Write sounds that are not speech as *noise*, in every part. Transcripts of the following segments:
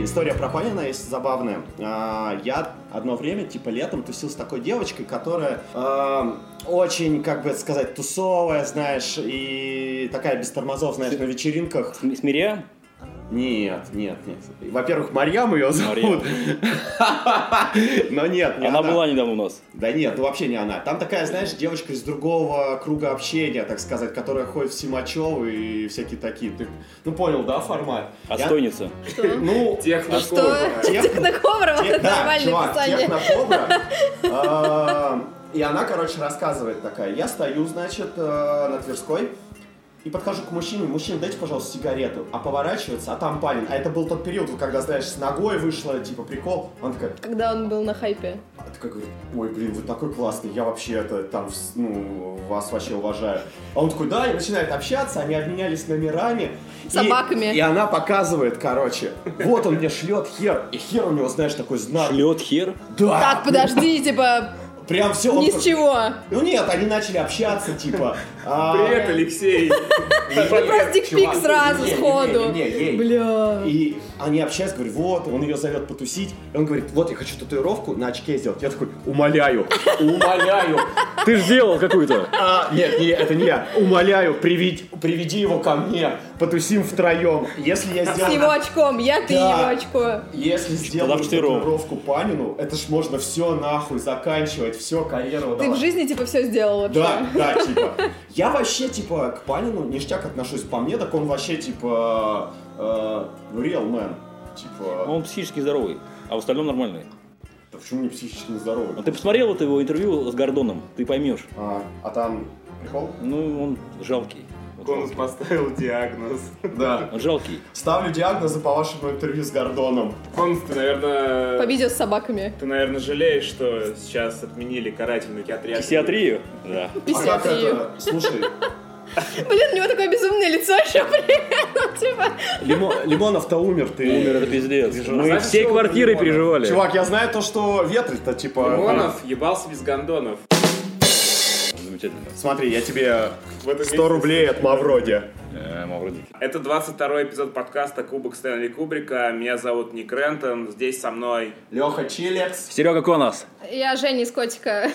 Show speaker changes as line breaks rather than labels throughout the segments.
История про Павина есть забавная. А, Я одно время, типа летом, тусил с такой девочкой, которая эм, очень, как бы сказать, тусовая, знаешь, и такая без тормозов, знаешь, на вечеринках.
С Мирия?
Нет, нет, нет. Во-первых, Марьям ее зовут. *laughs* Но нет, не
Она была недавно у нас.
да нет, ну вообще не она. Там такая, знаешь, девочка из другого круга общения, так сказать, которая ходит в Симачев и всякие такие. Ты, ну понял, да, формат?
А
Я-
Отстойница.
Что?
*laughs* Ну,
А Что?
Технокобра.
Технокобра, вот
те-
это
да,
нормальное
чувак,
писание.
технокобра. А, И она, короче, рассказывает такая. Я стою, значит, э, на Тверской и подхожу к мужчине. Мужчина, дайте, пожалуйста, сигарету. А поворачивается, а там парень. А это был тот период, когда, знаешь, с ногой вышло, типа, прикол. Он такой,
Когда он был на хайпе.
а такая говорит, ой, блин, вы такой классный, я вообще это там, вс- ну, вас вообще уважаю. А он такой, да, и начинает общаться, они обменялись номерами. и-
Собаками.
И, она показывает, короче, вот он мне шлет хер, и хер у него, знаешь, такой знак.
Шлет хер.
Да.
Так, подожди, типа,
Прям все.
ни с чего.
Ну нет, они начали общаться, типа. а, *laughs*
Привет, Алексей.
Ну просто дикпик
чувак,
сразу,
не, не,
сходу.
не, не, не, ей.
Бля.
И они общаются, говорят, вот, он ее зовет потусить. И он говорит, вот, я хочу татуировку на очке сделать. Я такой, умоляю, умоляю,
Ты же делал какую-то.
А, нет, не, это не я. Умоляю, приведи, приведи его ко мне. Потусим втроем. Если я
С
сделаю...
его очком, я, ты,
Да.
его очко.
Если сделаю
Тогда вчетвером.
татуировку Панину, это ж можно все нахуй заканчивать, все, карьеру
Ты в
удалась.
жизни, типа, все сделал вообще.
Да, да, типа. Я вообще, типа, к Панину ништяк отношусь. По мне, так он вообще, типа, э, ну, real man. Типа,
Он психически здоровый, а в остальном нормальный.
да почему не психически
А
нездоровый?
ты посмотрел вот его интервью с Гордоном, ты поймешь.
А, а там
*laughs*
прикол?
Ну, он жалкий. Он
Конус
жалкий.
поставил диагноз.
Да.
Он жалкий.
Ставлю диагнозы по вашему интервью с Гордоном.
Конус, ты, наверное...
По видео с собаками.
Ты, наверное, жалеешь, что сейчас отменили карательную психиатрию.
Психиатрию? Да.
А как
Психиатрию.
это? Слушай,
Блин, у него такое безумное лицо еще при этом, *laughs* типа.
Лимо- Лимонов-то умер, ты
Умер,
умер.
это пиздец.
Переживал.
Мы
Знаешь,
всей
что у
квартирой
Лимона?
переживали.
Чувак, я знаю то, что ветры-то типа...
Лимонов ебался без гондонов.
Замечательно.
Смотри, я тебе
В этом
100
месте-
рублей от Мавроди.
Э, Мавроди.
Это 22 эпизод подкаста Кубок Стэнли Кубрика. Меня зовут Ник Рентон. Здесь со мной
Леха Чилекс.
Серега Конос.
Я Женя из котика.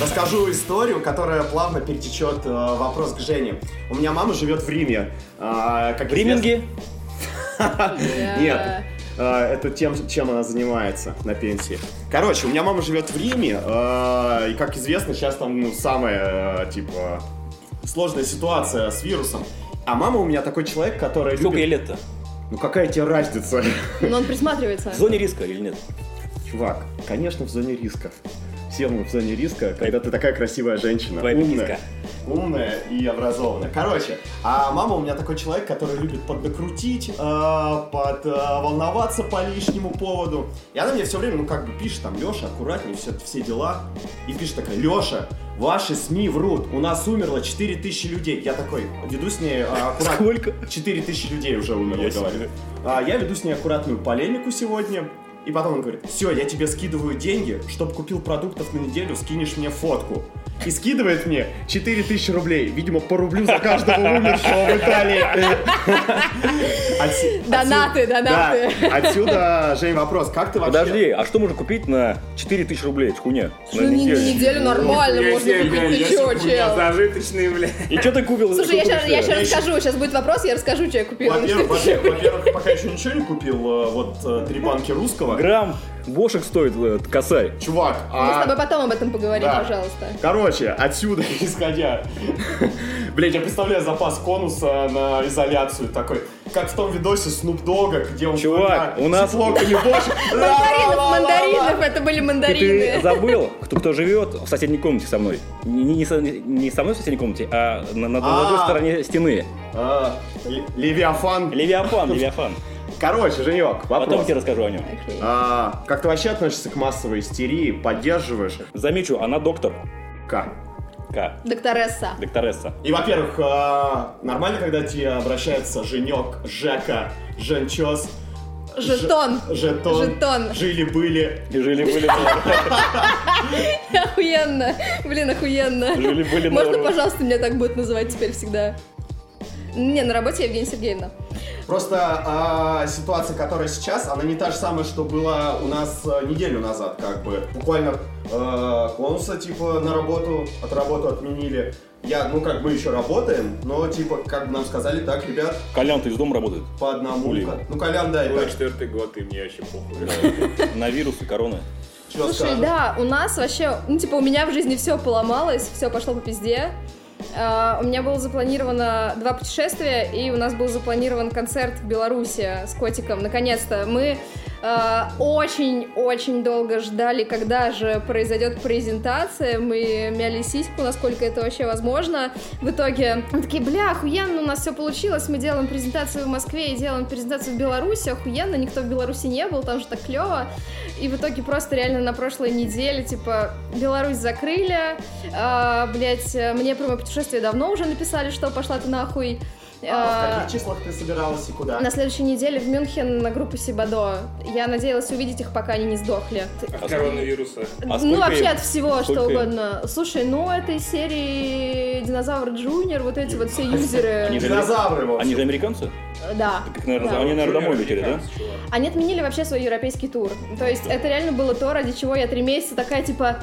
Расскажу историю, которая плавно перетечет э, в вопрос к Жене. У меня мама живет в Риме. А, как
В Риминге?
известно- Нет. А, Это тем, чем она занимается на пенсии. Короче, у меня мама живет в Риме, а, и, как известно, сейчас там ну, самая, э, типа, сложная ситуация с вирусом. А мама у меня такой человек, который
Сколько ей
любит...
лет-то?
Ну какая тебе разница? *laughs*
Но Ну, он присматривается.
В зоне риска или нет?
Чувак, конечно, в зоне риска. Все мы в зоне риска, когда ты такая красивая женщина.
Твоя
умная,
писка.
умная и образованная. Короче, а мама у меня такой человек, который любит поднакрутить, а, под а, волноваться по лишнему поводу. И она мне все время, ну как бы пишет там, Леша, аккуратнее, все, все дела. И пишет такая, Леша, ваши СМИ врут, у нас умерло 4000 людей. Я такой, веду с ней а, аккуратно.
Сколько?
4000 людей уже умерло,
Я себе.
говорит. А, я веду с ней аккуратную полемику сегодня. И потом он говорит, все, я тебе скидываю деньги, чтоб купил продуктов на неделю, скинешь мне фотку. И скидывает мне 4000 рублей, видимо, по рублю за каждого умершего в Италии.
*laughs*
Отс-
Донаты,
отсюда-
донаты.
а Да, отсюда, Жень, вопрос, как ты вообще...
Подожди, а что можно купить на 4000 рублей? Хуйня.
Ну, не- не неделю нормально,
Я
можно
себе, бля,
купить. Ты
я
чё,
себе хуйня
чел?
зажиточный, бля.
И что ты купил?
Слушай, я
Что
сейчас, я
купишь-то?
сейчас расскажу. Сейчас будет вопрос, я расскажу, что я купила.
Во-первых, во-первых, во-первых, пока еще ничего не купил, э, вот э, три банки русского.
Грамм бошек стоит э, косарь.
Чувак,
Мы с
а...
тобой потом об этом поговорим,
Да.
пожалуйста.
Короче, отсюда *laughs* исходя. Блять, я представляю запас конуса на изоляцию такой. Как в том видосе Snoop Dogга, где он...
Чувак,
говорит,
у нас-
«Тепло, колебошь».
*laughs*
Мандаринов,
Ла-ла-ла-ла-ла.
мандаринов, это были
И ты
*laughs* мандарины.
забыл, кто, кто живет в соседней комнате со мной. Не, не со, не со мной в соседней комнате, а на, на- на другой
А.
стороне стены.
А, Ле- Левиафан.
Левиафан, Левиафан.
Короче, Женек,
Потом
вопрос.
тебе расскажу о нем.
Окей.
А, как ты вообще относишься к массовой истерии? Поддерживаешь?
Замечу, она доктор.
Как?
К.
Докторесса.
Докторесса.
И, во-первых, а, нормально, когда тебе обращается Женек, Жека, Женчос,
Жетон.
Жетон.
Жетон.
Жили-были.
И жили-были на-
*laughs* Охуенно. Блин, охуенно.
Жили-были на
Можно,
уровне.
пожалуйста, меня так будет называть теперь всегда? Не, на работе Евгения Сергеевна.
Просто а, ситуация, которая сейчас, она не та же самая, что была у нас а, неделю назад, как бы. Буквально э, конуса, типа, на работу, от работы отменили. Я, ну как, мы еще работаем, но типа, как бы нам сказали, так, ребят,
Колян-то из дома работает.
по одному.
Блин.
Ка- Ну, Колян, да, и
Было
так,
четвертый год, и мне вообще похуй.
На вирус и корона.
что
Слушай,
скажешь?
да, у нас вообще, ну, типа, у меня в жизни все поломалось, все пошло по пизде. А, у меня было запланировано два путешествия, и у нас был запланирован концерт в Беларуси с котиком. Наконец-то мы а, очень-очень долго ждали, когда же произойдет презентация. Мы мяли сиську, насколько это вообще возможно. В итоге мы такие, бля, охуенно, у нас все получилось. Мы делаем презентацию в Москве и делаем презентацию в Беларуси. Охуенно, никто в Беларуси не был, там же так клево. И в итоге просто реально на прошлой неделе, типа, Беларусь закрыли, а, блять, мне про мое путешествие давно уже написали, что пошла ты нахуй.
А, в
А,
каких числах ты собиралась и куда?
на следующей неделе в Мюнхен на группу Сибадо. Я надеялась увидеть их, пока они не сдохли.
От коронавируса.
А
ну,
сколько
вообще
им?
от всего,
Сколько
что
им?
угодно. Слушай, ну, этой серии Динозавр Джуниор, вот эти вот все юзеры.
Они же-
Динозавры, в общем.
Они же американцы?
э, Да.
Так их, наверное,
Да.
за- они, наверное, домой летели, да?
Американцы, чувак.
Они отменили вообще свой европейский тур. То есть это реально было то, ради чего я три месяца такая, типа,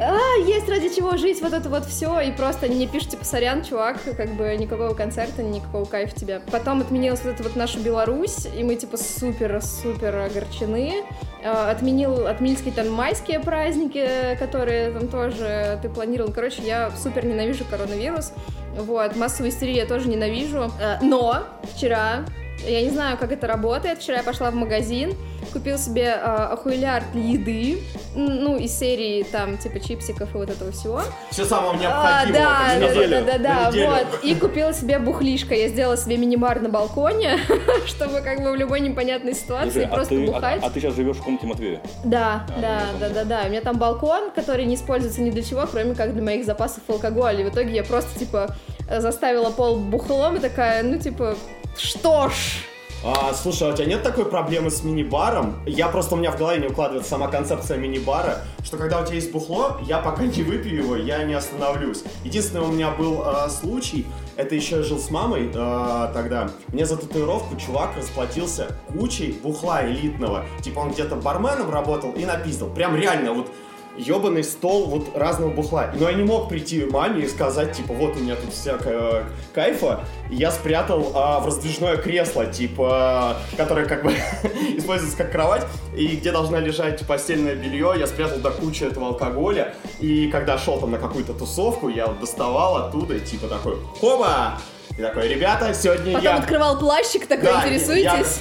а, есть ради чего жить, вот это вот все. И просто они мне пишут, типа, сорян, чувак, как бы никакого концерта, никакого кайфа тебя. Потом отменилась вот эта вот наша Беларусь, и мы, типа, супер-супер огорчены. Э, Отменил, отменились какие-то майские праздники, э, которые там тоже ты планировал. Короче, я супер ненавижу коронавирус. Вот, массовую истерию я тоже ненавижу. Э, Но вчера я не знаю, как это работает. Вчера я пошла в магазин, купила себе э, охуелярд еды, н- ну, из серии там, типа, чипсиков и вот этого всего.
Все самое
А,
необходимое.
да,
как
да,
бы,
да,
неделю.
да, да,
На неделю.
вот. И купила себе бухлишко. Я сделала себе мини-бар на балконе, *laughs* чтобы как бы в любой непонятной
Слушай,
ситуации
а
просто
ты- а-
бухать.
а ты сейчас живешь в комнате Матвея?
Да,
А,
да,
ну,
да, да, да. У меня там балкон, который не используется ни для чего, кроме как для моих запасов алкоголя. И в итоге я просто, типа, э, заставила пол бухлом и такая, ну, типа, что ж.
А, слушай, а у тебя нет такой проблемы с мини-баром? Я просто, у меня в голове не укладывается сама концепция мини-бара, что когда у тебя есть бухло, я пока не выпью его, я не остановлюсь. Единственное, у меня был а, случай, это еще я жил с мамой а, тогда, мне за татуировку чувак расплатился кучей бухла элитного. Типа он где-то барменом работал и напиздал. Прям реально, вот ебаный стол вот разного бухла. Но я не мог прийти маме и сказать, типа, вот у меня тут всякое кайфа. И я спрятал а, в раздвижное кресло, типа, которое как бы *laughs* используется как кровать, и где должна лежать постельное белье. Я спрятал до кучи этого алкоголя. И когда шел там на какую-то тусовку, я вот доставал оттуда, и, типа, такой, хоба! И такой, ребята, сегодня
Потом
я...
открывал плащик, такой,
Да,
интересуетесь?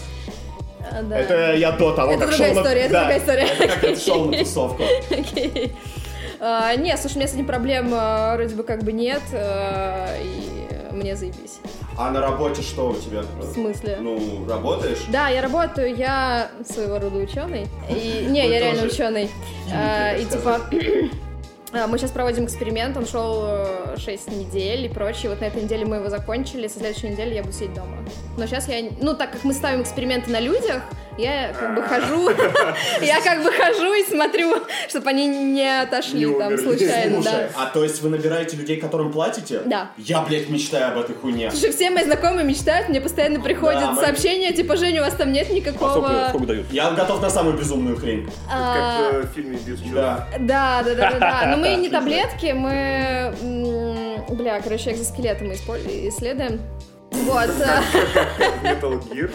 А, да.
Это я до того,
Это
как
другая
шел
история,
на...
это
Да,
другая история.
это как я шел
*laughs*
на тусовку.
Окей. А, Не, слушай, у меня с этим проблем а, вроде бы как бы нет, а, и мне заебись.
А на работе что у тебя?
В смысле?
Ну, работаешь?
Да, я работаю, я своего рода ученый. И, не,
Вы
я реально
тоже
ученый. А, И
химик,
типа, *clears throat* а, мы сейчас проводим эксперимент, он шел 6 недель и прочее. Вот на этой неделе мы его закончили, со следующей недели я буду сидеть дома. Но сейчас я, ну так как мы ставим эксперименты на людях, я как бы хожу, *laughs* я как бы хожу и смотрю, чтобы они не отошли
Не
там
умерли.
случайно, да.
Слушай, а то есть вы набираете людей, которым платите?
Да.
Я, блядь, мечтаю об этой хуйне.
Слушай, все мои знакомые мечтают, мне постоянно приходят
мы-
сообщения, типа, Женя, у вас там нет
А сколько,
никакого...
сколько дают?
Я готов на самую безумную хрень.
а,
Как э, в фильме без чувак.
Да.
Да, да, да, да, да. Но мы не таблетки, мы... м, Бля, короче, экзоскелеты мы исполь- исследуем. Вот. э,
Metal Gear.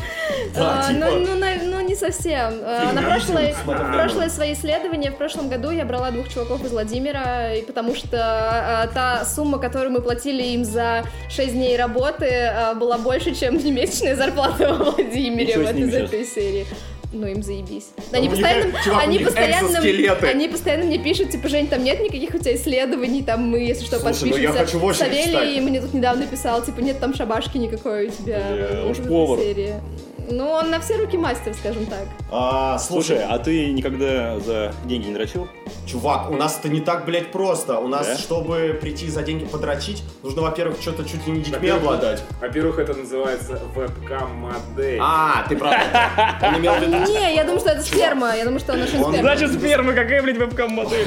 Да,
а,
типа.
Ну, ну, на- ну, не совсем. Э, На прошлой...
Смотри,
в Прошлое свои исследование в прошлом году я брала двух чуваков из Владимира, и потому что э, та сумма, которую мы платили им за 6 дней работы, э, была больше, чем *laughs* месячная зарплата во Владимире
Ничего с
вот
ними
из
сейчас.
этой серии. Ну, им заебись.
Да
они
у них,
постоянно,
чувак, у
они,
них
постоянно
экзоскелеты.
они постоянно мне пишут, типа, Жень, там нет никаких у тебя исследований, там мы, если что,
Слушай, ну я
подпишемся».
хочу в очередь
Савелий
встать.
мне тут недавно писал, типа, нет там шабашки никакой у тебя.
Бля,
Вот
уж
в этой
повар.
серии. Ну, он на все руки мастер, скажем так.
А,
Слушай,
слушай,
а ты никогда за деньги не дрочил?
чувак, у нас это не так, блядь, просто. У нас,
Да?
чтобы прийти за деньги подрочить, нужно, во-первых, что-то чуть ли не детьми
Во-первых,
обладать.
Во-первых, это называется вебкам-модель.
А, ты прав. Он имел в
*laughs*
виду...
Не, я думаю, что это сперма. Я думаю, что он нашел
Он-
сперму.
Значит, сперма, какая, блядь, вебкам-модель?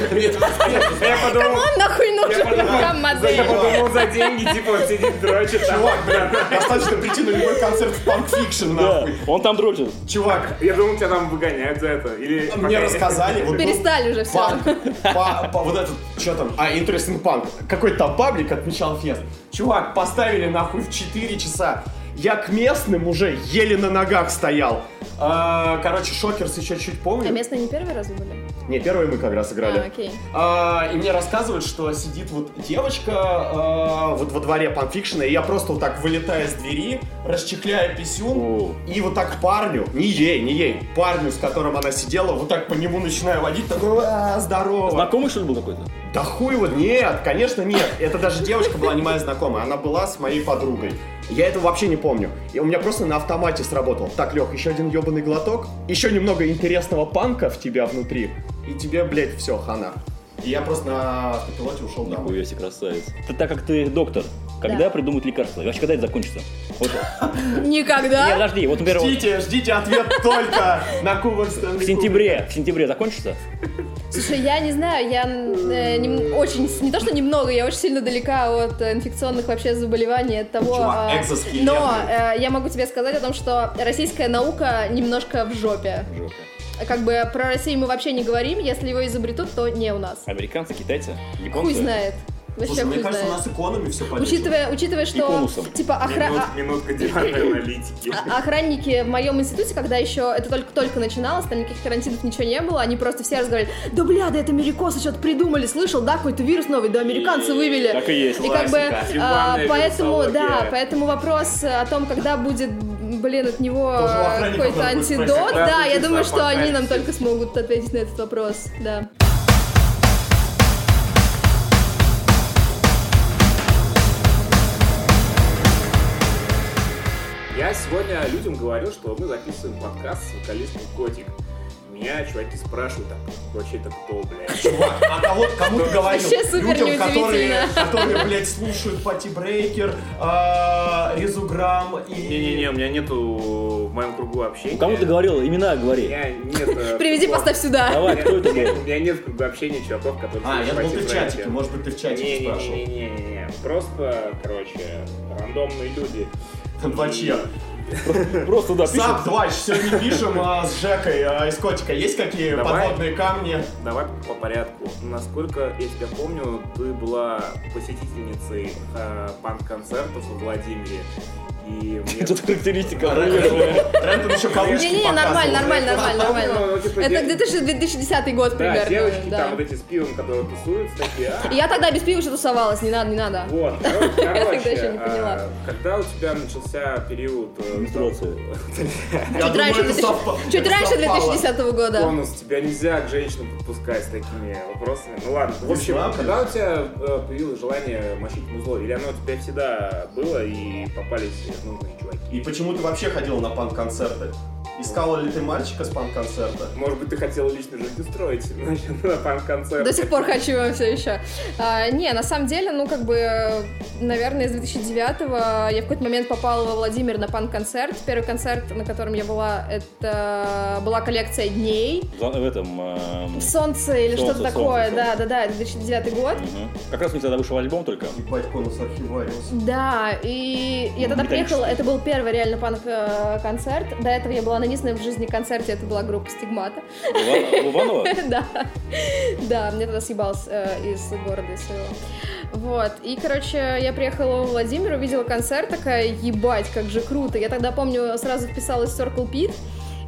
Я подумал,
Он нахуй нужен там
я
модель.
подумал за деньги, типа он сидит, дрочит там.
Чувак, блядь, достаточно прийти на любой концерт в Pulp Fiction,
*laughs* Да,
нахуй.
он там дрочит.
Чувак,
Я думал, тебя там выгоняют за это. Или
мне
пока-
рассказали, вот был
Перестали уже все. *laughs*
панк, па- па- вот этот, что там, а, Interesting Punk, какой-то там паблик отмечал фест. Чувак, поставили нахуй в 4 часа. Я к местным уже еле на ногах стоял. А, короче, Шокерс еще чуть
А
помню.
местные не первый раз были?
Не, первые мы как раз играли.
А, окей.
А, и мне рассказывают, что сидит вот девочка а, вот во дворе панфикшена, и я просто вот так вылетаю с двери, расчехляю писюн,
О.
и вот так парню, не ей, не ей, парню, с которым она сидела, вот так по нему начинаю водить, такой, «А, здорово.
Знакомый, что ли, был какой-то?
Да хуй вот, нет, конечно нет. Это даже девочка была не моя знакомая, она была с моей подругой. Я этого вообще не помню. И у меня просто на автомате сработал. Так, Лех, еще один ебаный глоток, еще немного интересного панка в тебя внутри, и тебе, блядь, все, хана. И я просто на автопилоте ушел домой.
Нихуя себе красавец. Ты так как ты доктор, когда
Да.
придумают лекарство? И вообще, когда это закончится? Вот, не,
Никогда?
подожди, вот, например, вот
Ждите, ждите ответ только на Кубок
в сентябре, в сентябре закончится?
Слушай, я не знаю, я э, нем- очень, с- не то что немного, я очень сильно далека от э, инфекционных вообще заболеваний, от того...
Чувак,
а,
экзоскелеты.
но э, я могу тебе сказать о том, что российская наука немножко в жопе.
Жопа.
Как бы про Россию мы вообще не говорим, если его изобретут, то не у нас.
Американцы, китайцы, японцы?
Хуй знает. Вообще
Слушай,
хуй
мне кажется, у
знает.
нас иконами все полезно.
Учитывая, учитывая, что
конусом.
типа охра-
*laughs* Минут-
а-
Минутка диванной аналитики.
А- Охранники в моем институте, когда еще это только-только начиналось, там никаких карантинов ничего не было, они просто все разговаривали, да бля, да это америкосы что-то придумали, слышал, да, какой-то вирус новый, да, американцы вывели.
Так и есть.
И как бы,
Классика.
а,
Ебаная
поэтому, да,
вирусология.
поэтому вопрос о том, когда будет, блин, от него
Тоже у
э,
охранников
какой-то
надо будет
антидот,
спросить,
когда
да, я
будет
думаю, что они нам
апокалипсис.
только смогут ответить на этот вопрос, да.
Я сегодня людям говорил, что мы записываем подкаст с вокалистом Котик. Меня чуваки спрашивают, а вообще это кто, блядь?
Чувак, а кого, кому ты говорил?
Вообще супер
Людям, которые,
неудивительно.
которые, блядь, слушают Пати Брейкер, э, Резуграм и...
Не-не-не, у меня нету в моем кругу общения.
Ну, Кому ты говорил? Имена
У
говори.
меня нет... э,
Приведи,
кругу-
поставь сюда.
Давай, кто это
У
был?
меня нет в кругу общения чуваков, которые...
А, я
слушают
думал, ты в
эти
чатике,
треки.
может быть, ты в чатике спрашивал.
Не-не-не, просто, короче, рандомные люди.
Два чья?
Просто, да,
Сап
*laughs* пишет.
Двач, сегодня пишем а, с Жекой, а, из Котика. Есть какие
Давай.
подводные камни?
Давай по порядку. Насколько я тебя помню, ты была посетительницей э, панк-концертов во Владимире.
*laughs*
И мне...
Тут характеристика.
Рентон еще кавычки
Не-не-не, нормально,
показывал.
нормально, нормально,
Помню,
нормально.
ну, типа,
Это
де-
где-то же 2010 год
Да,
примерно.
девочки
да.
там вот эти с пивом, которые тусуются, такие, а,
И Я тогда без пива еще тусовалась, не надо, не надо.
вот,
*laughs*
кор- короче,
тогда еще не
а,
поняла.
когда у тебя начался период э,
Менструации.
Я
Чуть
думаю,
раньше,
это
2000
совпа-
чуть
это
раньше
совпало.
2010 года.
бонус, тебя нельзя к женщинам подпускать с такими вопросами. Ну ладно, в общем,
знаю,
когда у тебя э, появилось желание мочить музло, или оно у тебя всегда было и попались нужные чуваки?
И почему ты вообще ходил на панк-концерты? Искала ли ты мальчика с панк-концерта?
Может быть, ты хотела лично жизнь устроить *laughs* значит, на панк-концерт.
До сих пор хочу все еще. А, не, на самом деле, ну, как бы, э, наверное, с 2009-го я в какой-то момент попала во Владимир на панк-концерт. Первый концерт, на котором я была, это была коллекция дней.
За- В этом... эм,
Солнце или
Солнце,
что-то такое,
солнце,
да,
солнце.
да, да, 2009 год.
мгм. Как раз у них тогда вышел альбом только.
Ебать, конус архивариус.
Да, и я тогда
Металлический.
приехала, это был первый реально панк-концерт. До этого я была на единственном в жизни концерте, это была группа Стигмата. *laughs*
Лува- Луванова?
Да, да, мне тогда съебался э, из города из своего. Вот, и, короче, я приехала в Владимир, увидела концерт, такая, ебать, как же круто. Я тогда, помню, сразу вписалась в Circle Pit,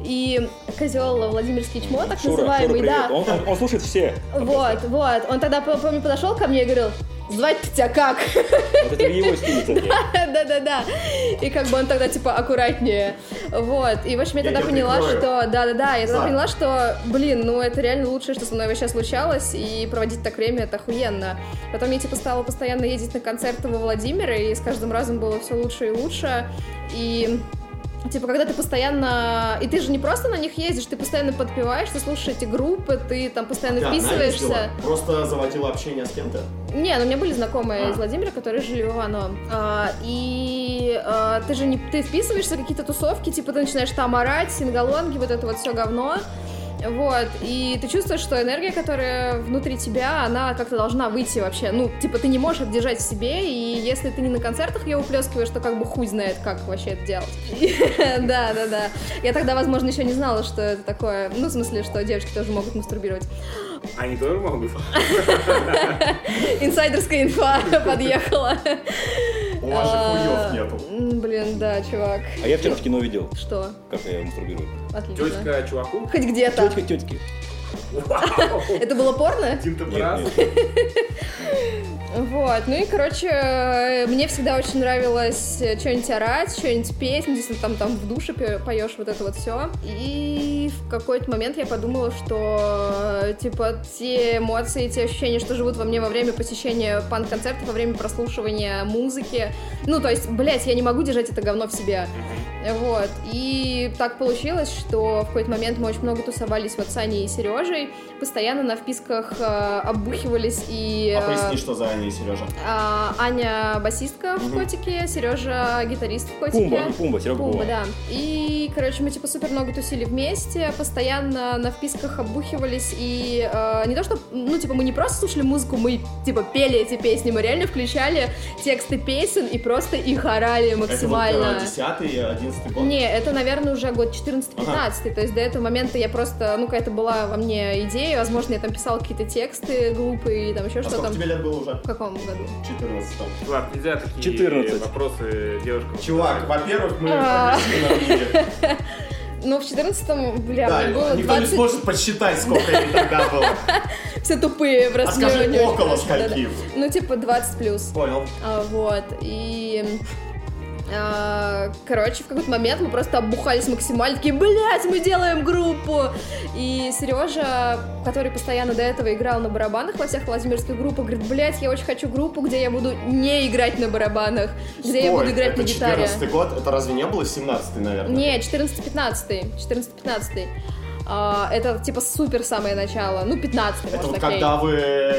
и козел Владимирский чмо, так
Шура,
называемый,
Шура,
да.
привет. Он, он- он слушает все.
Вот, вот. Он тогда, по- помню, подошел ко мне и говорил, звать-то тебя как?
Вот это в его стиле,
*laughs*
кстати. А
Да-да-да. И как бы он тогда типа аккуратнее. Вот. И в общем я
Я
тогда
тебя
поняла,
прикрою.
что да-да-да, я тогда
Да.
поняла, что блин, ну это реально лучшее, что со мной вообще случалось, и проводить так время это охуенно. Потом я типа стала постоянно ездить на концерты во Владимир, и с каждым разом было все лучше и лучше. И Типа, когда ты постоянно... И ты же не просто на них ездишь, ты постоянно подпеваешь, ты слушаешь эти группы, ты там постоянно
Ты одна
вписываешься.
ездила? Просто заводила общение с кем-то?
Не, ну у меня были знакомые
А.
из Владимира, которые жили в Иваново. А, и а, ты же не ты вписываешься в какие-то тусовки, типа ты начинаешь там орать, сингалонги, вот это вот все говно. Вот, и ты чувствуешь, что энергия, которая внутри тебя, она как-то должна выйти вообще. Ну, типа, ты не можешь это держать в себе, и если ты не на концертах ее уплескиваешь, то как бы хуй знает, как вообще это делать. *laughs* Да, да, да. Я тогда, возможно, еще не знала, что это такое. Ну, в смысле, что девочки тоже могут мастурбировать.
А Они тоже
*laughs*
могут?
Инсайдерская инфа *laughs* подъехала.
У вас же
А,
хуев нету.
м, Блин, да, чувак.
А я вчера в кино видел,
Что?
как я мастурбирую.
Отлично.
Тетка чуваку?
Хоть где-то.
Тетки, тетки.
*laughs*
Вау!
Это было порно?
Один-то
Нет,
раз.
нет.
Вот, ну и, короче, э, мне всегда очень нравилось э, что-нибудь орать, что-нибудь петь, ну, действительно, там, там в душе пе- поешь вот это вот все. И в какой-то момент я подумала, что, э, типа, те эмоции, те ощущения, что живут во мне во время посещения панк-концертов, во время прослушивания музыки, ну, то есть, блядь, я не могу держать это говно в себе. Вот. И так получилось, что в какой-то момент мы очень много тусовались вот с Аней и Сережей, постоянно на вписках э, оббухивались и...
А
э,
поясни, что за Аня и Сережа.
а, Аня басистка в
Мгм.
котике, Сережа гитарист в котике.
Пумба, ну, Пумба, Серега
Пумба,
Пумба.
да. И, короче, мы типа супер много тусили вместе, постоянно на вписках оббухивались и э, не то что, ну типа мы не просто слушали музыку, мы типа пели эти песни, мы реально включали тексты песен и просто их орали максимально.
Это вот э, 10 11 год?
Не, это, наверное, уже год 14-15,
Ага.
то есть до этого момента я просто, ну, какая-то была во мне идея, возможно, я там писала какие-то тексты глупые, там еще
А
что
сколько
там.
тебе лет было уже?
В каком году?
14
Влад, нельзя такие
14.
вопросы девушкам.
Чувак, во-первых, мы
А.
прогрессивно в мире.
Ну, в 14-м, бля,
Да,
мне было
никто не
20...
сможет подсчитать, сколько ей тогда было.
Все тупые в
А скажи,
размере.
около
Да-да.
скольки?
Ну, типа 20 плюс.
Понял.
А, вот, и... а, Короче, в какой-то момент мы просто оббухались максимально, такие, блядь, мы делаем группу! И Сережа, который постоянно до этого играл на барабанах во всех владимирских группах, говорит, блядь, я очень хочу группу, где я буду не играть на барабанах, где я
Ой,
буду играть
это
на гитаре.
14 год, это разве не было 17 наверное?
Не, 14-15. 14-15. А, это типа супер самое начало. Ну, 15,
Это
может,
вот
окей.
когда вы